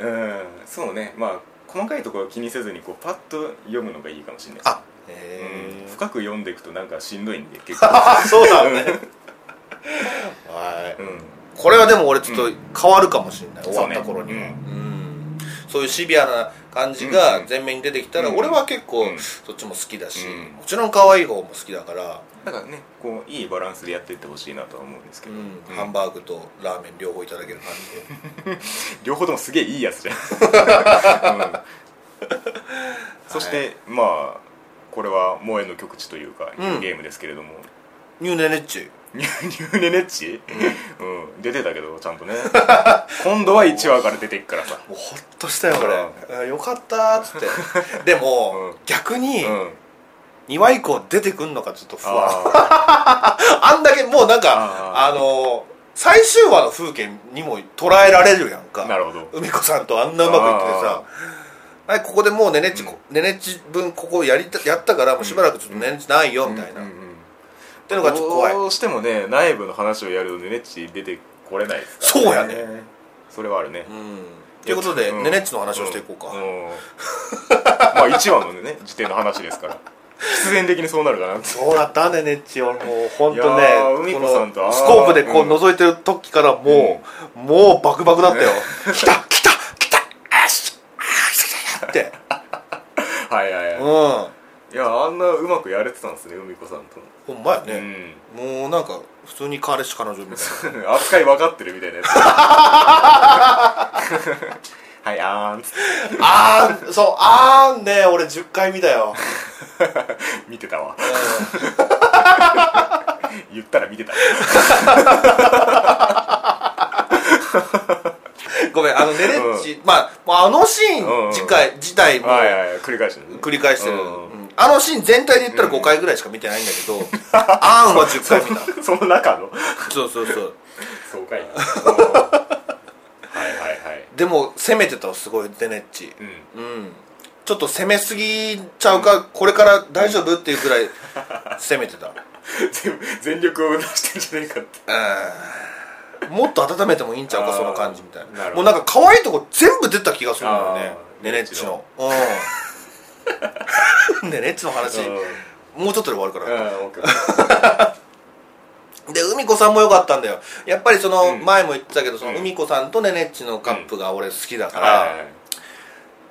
[SPEAKER 1] うんそうねまあ細かいところは気にせずにこうパッと読むのがいいかもしれないです
[SPEAKER 2] あ
[SPEAKER 1] うん
[SPEAKER 2] へえ
[SPEAKER 1] 深く読んでいくとなんかしんどいんで結構、
[SPEAKER 2] あそうだねは
[SPEAKER 1] う
[SPEAKER 2] い
[SPEAKER 1] ん、
[SPEAKER 2] これはでも俺ちょっと変わるかもしれない、
[SPEAKER 1] うん
[SPEAKER 2] 終わった頃
[SPEAKER 1] そ
[SPEAKER 2] には
[SPEAKER 1] うね
[SPEAKER 2] うんそういうシビアな感じ
[SPEAKER 1] うんう
[SPEAKER 2] が
[SPEAKER 1] ん
[SPEAKER 2] 前面に出てきたら、
[SPEAKER 1] うん
[SPEAKER 2] 俺は結構
[SPEAKER 1] うん
[SPEAKER 2] そっちも好きだし、
[SPEAKER 1] うん
[SPEAKER 2] もちろん可愛い方も好きだから、
[SPEAKER 1] だからねこういいバランスでやっていってほしいなとは思うんですけ
[SPEAKER 2] う
[SPEAKER 1] ど、
[SPEAKER 2] ん
[SPEAKER 1] うん
[SPEAKER 2] ハンバーグとラーメン両方いただける感じで
[SPEAKER 1] 両方ともすげえいいやつじゃん、 うんそして、まあこれは「萌えの極地」というか、
[SPEAKER 2] うん
[SPEAKER 1] ニューゲームですけれども
[SPEAKER 2] ニューネネッチ
[SPEAKER 1] ニュニューネネッチ、うん出てたけどちゃんとね今度は1話から出ていくからさ
[SPEAKER 2] もうほっとしたよこれ、あよかったーっつって でも、
[SPEAKER 1] うん
[SPEAKER 2] 逆
[SPEAKER 1] う
[SPEAKER 2] に
[SPEAKER 1] ん
[SPEAKER 2] 2話以降出てくんのかちょっと不安
[SPEAKER 1] あ
[SPEAKER 2] あんだけもうなんかあ
[SPEAKER 1] あー
[SPEAKER 2] のー最終話の風景にも捉えられるやんか
[SPEAKER 1] ーなるほど
[SPEAKER 2] 梅子さんとあんなうまくいっててさはいここでもうねねっちこ、ねねっち分ここやりたやったからもうしばらくちょっとねねっちないよみたいな、
[SPEAKER 1] うん
[SPEAKER 2] っ
[SPEAKER 1] うんうん
[SPEAKER 2] てのがちょっと怖い
[SPEAKER 1] どうしてもね内部の話をやるとネネッチ出てこれないですから
[SPEAKER 2] そうやね
[SPEAKER 1] それはあるね、
[SPEAKER 2] ということで、
[SPEAKER 1] うん
[SPEAKER 2] ねねっちの話をしていこうか、
[SPEAKER 1] んんまあ1話のね時点の話ですから必然的にそうなるかなって
[SPEAKER 2] そうだったねねっち俺もう本
[SPEAKER 1] い
[SPEAKER 2] 当ね
[SPEAKER 1] やー海子さんと
[SPEAKER 2] この
[SPEAKER 1] あー
[SPEAKER 2] スコープでこう
[SPEAKER 1] うん
[SPEAKER 2] 覗いてる時からもう、もうバクバクだったよ来た来た来たあーしあーしあーしって
[SPEAKER 1] はいはいはい、
[SPEAKER 2] うん
[SPEAKER 1] いやあんなうまくやれてたんですね海子さんと、
[SPEAKER 2] ほんまやね、もうなんか普通に彼氏彼女みたいな
[SPEAKER 1] うん扱い分かってるみたいなやつはいあーんつって
[SPEAKER 2] あーそうあーんね俺10回見たよ、
[SPEAKER 1] 見てたわ
[SPEAKER 2] うん
[SPEAKER 1] 言ったら見てた
[SPEAKER 2] ごめんあのねねっち、まあもうあのシー
[SPEAKER 1] う
[SPEAKER 2] ン
[SPEAKER 1] んうん
[SPEAKER 2] 自体自体も
[SPEAKER 1] はいはい、はい、繰り返してるね
[SPEAKER 2] 繰り返してる、
[SPEAKER 1] うん
[SPEAKER 2] うんあのシーン全体で言ったら5回ぐらいしか見てないんだけど、あーんは10回見た
[SPEAKER 1] その中の
[SPEAKER 2] そうそうそう
[SPEAKER 1] そうかいはいはいはい
[SPEAKER 2] でも攻めてたわすごいねねっち
[SPEAKER 1] うん
[SPEAKER 2] うんちょっと攻めすぎちゃうか、これから大丈夫っていうくらい攻め てたう
[SPEAKER 1] 全部全力を出してんじゃねえかって
[SPEAKER 2] んもっと温めてもいいんちゃうか
[SPEAKER 1] あー
[SPEAKER 2] その感じみたい
[SPEAKER 1] な
[SPEAKER 2] な
[SPEAKER 1] る
[SPEAKER 2] も
[SPEAKER 1] ほど
[SPEAKER 2] うなんか可愛いとこ全部出た気がするんだよ
[SPEAKER 1] あ
[SPEAKER 2] ね
[SPEAKER 1] ー
[SPEAKER 2] ねねっちの うんねねっちの話もうちょっとで終わるから
[SPEAKER 1] うん、OK
[SPEAKER 2] で海子さんも良かったんだよやっぱりその
[SPEAKER 1] うん
[SPEAKER 2] 前も言ってたけど、その
[SPEAKER 1] うん
[SPEAKER 2] 海子さんとねねっちのカップが俺好きだから、
[SPEAKER 1] はいはいはい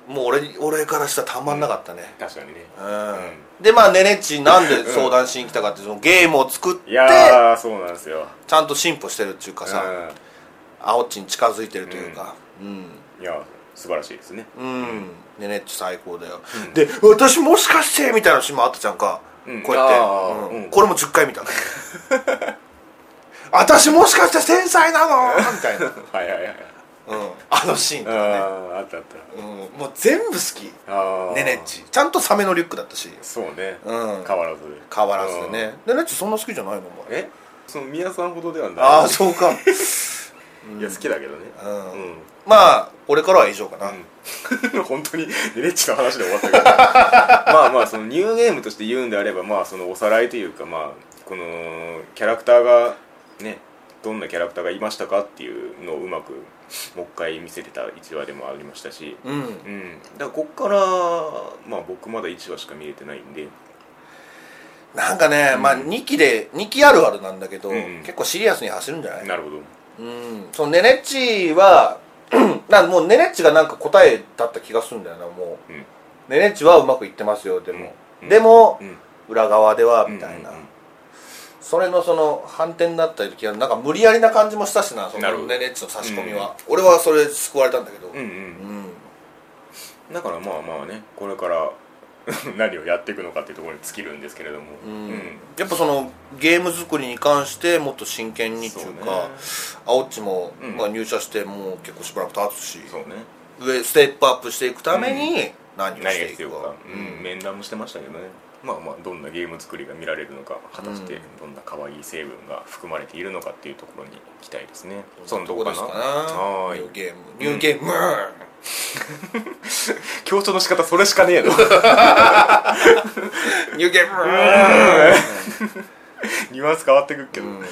[SPEAKER 2] もう俺俺からしたらたまんなかったね、
[SPEAKER 1] 確かにね
[SPEAKER 2] うんでまあねねっちなんで相談しに来たかってそのゲームを作って
[SPEAKER 1] いやーそうなんですよ
[SPEAKER 2] ちゃんと進歩してるっていうかさ、
[SPEAKER 1] う
[SPEAKER 2] あおっちに近づいてるというかうん
[SPEAKER 1] んいや素晴らしいですね
[SPEAKER 2] うん、ねねっち最高だよ、で私もしかしてみたいなシーンもあったじゃんか、
[SPEAKER 1] うん
[SPEAKER 2] こうやって
[SPEAKER 1] あー
[SPEAKER 2] うん
[SPEAKER 1] うん
[SPEAKER 2] これも10回見た 私もしかして天才なのみたいな
[SPEAKER 1] はいはいはい
[SPEAKER 2] うん、あのシ
[SPEAKER 1] あ
[SPEAKER 2] ーンとかね、
[SPEAKER 1] ーあったあっ
[SPEAKER 2] うん、もう全部好き
[SPEAKER 1] たあー
[SPEAKER 2] ねねっちちゃんとサメのリュックだったし
[SPEAKER 1] そうね
[SPEAKER 2] うん
[SPEAKER 1] 変わらず
[SPEAKER 2] 変わらずでねねねっちそんな好きじゃないのお
[SPEAKER 1] うん
[SPEAKER 2] 前
[SPEAKER 1] えその宮さんほどではない
[SPEAKER 2] ああそうか
[SPEAKER 1] いや好きだけどね
[SPEAKER 2] うん
[SPEAKER 1] うん
[SPEAKER 2] まあ俺からは以上かな、
[SPEAKER 1] うん 本当にねレッチの話で終わったけど まあまあそのニューゲームとして言うんであればまあそのおさらいというかまあこのキャラクターがねどんなキャラクターがいましたかっていうのをうまくもう一回見せてた1話でもありましたし
[SPEAKER 2] うん
[SPEAKER 1] うんだからこっからまあ僕まだ1話しか見れてないんで
[SPEAKER 2] なんかね、まあ2期で2期あるあるなんだけど、
[SPEAKER 1] うんうん
[SPEAKER 2] 結構シリアスに走るんじゃない
[SPEAKER 1] なるほど
[SPEAKER 2] うんそのねねっちは なんもうねねっちがなんか答えだった気がするんだよなもう
[SPEAKER 1] うん
[SPEAKER 2] ねねっちはうまくいってますよでも、
[SPEAKER 1] うん
[SPEAKER 2] でも
[SPEAKER 1] う、ん
[SPEAKER 2] 裏側ではみたいな、
[SPEAKER 1] うんうん
[SPEAKER 2] それのその反転だった時はなんか無理やりな感じもしたしなそ
[SPEAKER 1] なるほ
[SPEAKER 2] の
[SPEAKER 1] ど
[SPEAKER 2] ねねっちの差し込みは、俺はそれ救われたんだけど
[SPEAKER 1] うんうん
[SPEAKER 2] うん、
[SPEAKER 1] だからまあまあねこれから 何をやっていくのかっていうところに尽きるんですけれども
[SPEAKER 2] うん
[SPEAKER 1] うん
[SPEAKER 2] やっぱそのゲーム作りに関してもっと真剣にっていう
[SPEAKER 1] そう
[SPEAKER 2] か
[SPEAKER 1] ね
[SPEAKER 2] あおっちも、
[SPEAKER 1] うん
[SPEAKER 2] まあ、入社してもう結構しばらく経つし
[SPEAKER 1] そうね
[SPEAKER 2] 上ステップアップしていくために何
[SPEAKER 1] 何
[SPEAKER 2] を
[SPEAKER 1] が
[SPEAKER 2] してい
[SPEAKER 1] 必要
[SPEAKER 2] く
[SPEAKER 1] か
[SPEAKER 2] か、、
[SPEAKER 1] うん面談もしてましたけどねまあまあどんなゲーム作りが見られるのか果たしてどんな可愛い成分が含まれているのかっていうところに期待ですね、そのとこか
[SPEAKER 2] です
[SPEAKER 1] な
[SPEAKER 2] かな
[SPEAKER 1] はー
[SPEAKER 2] ニュ
[SPEAKER 1] い
[SPEAKER 2] ーゲームニューゲーム、
[SPEAKER 1] 強調の仕方それしかねえの
[SPEAKER 2] ニューゲーム
[SPEAKER 1] ニュアンス変わってくっけど、
[SPEAKER 2] うん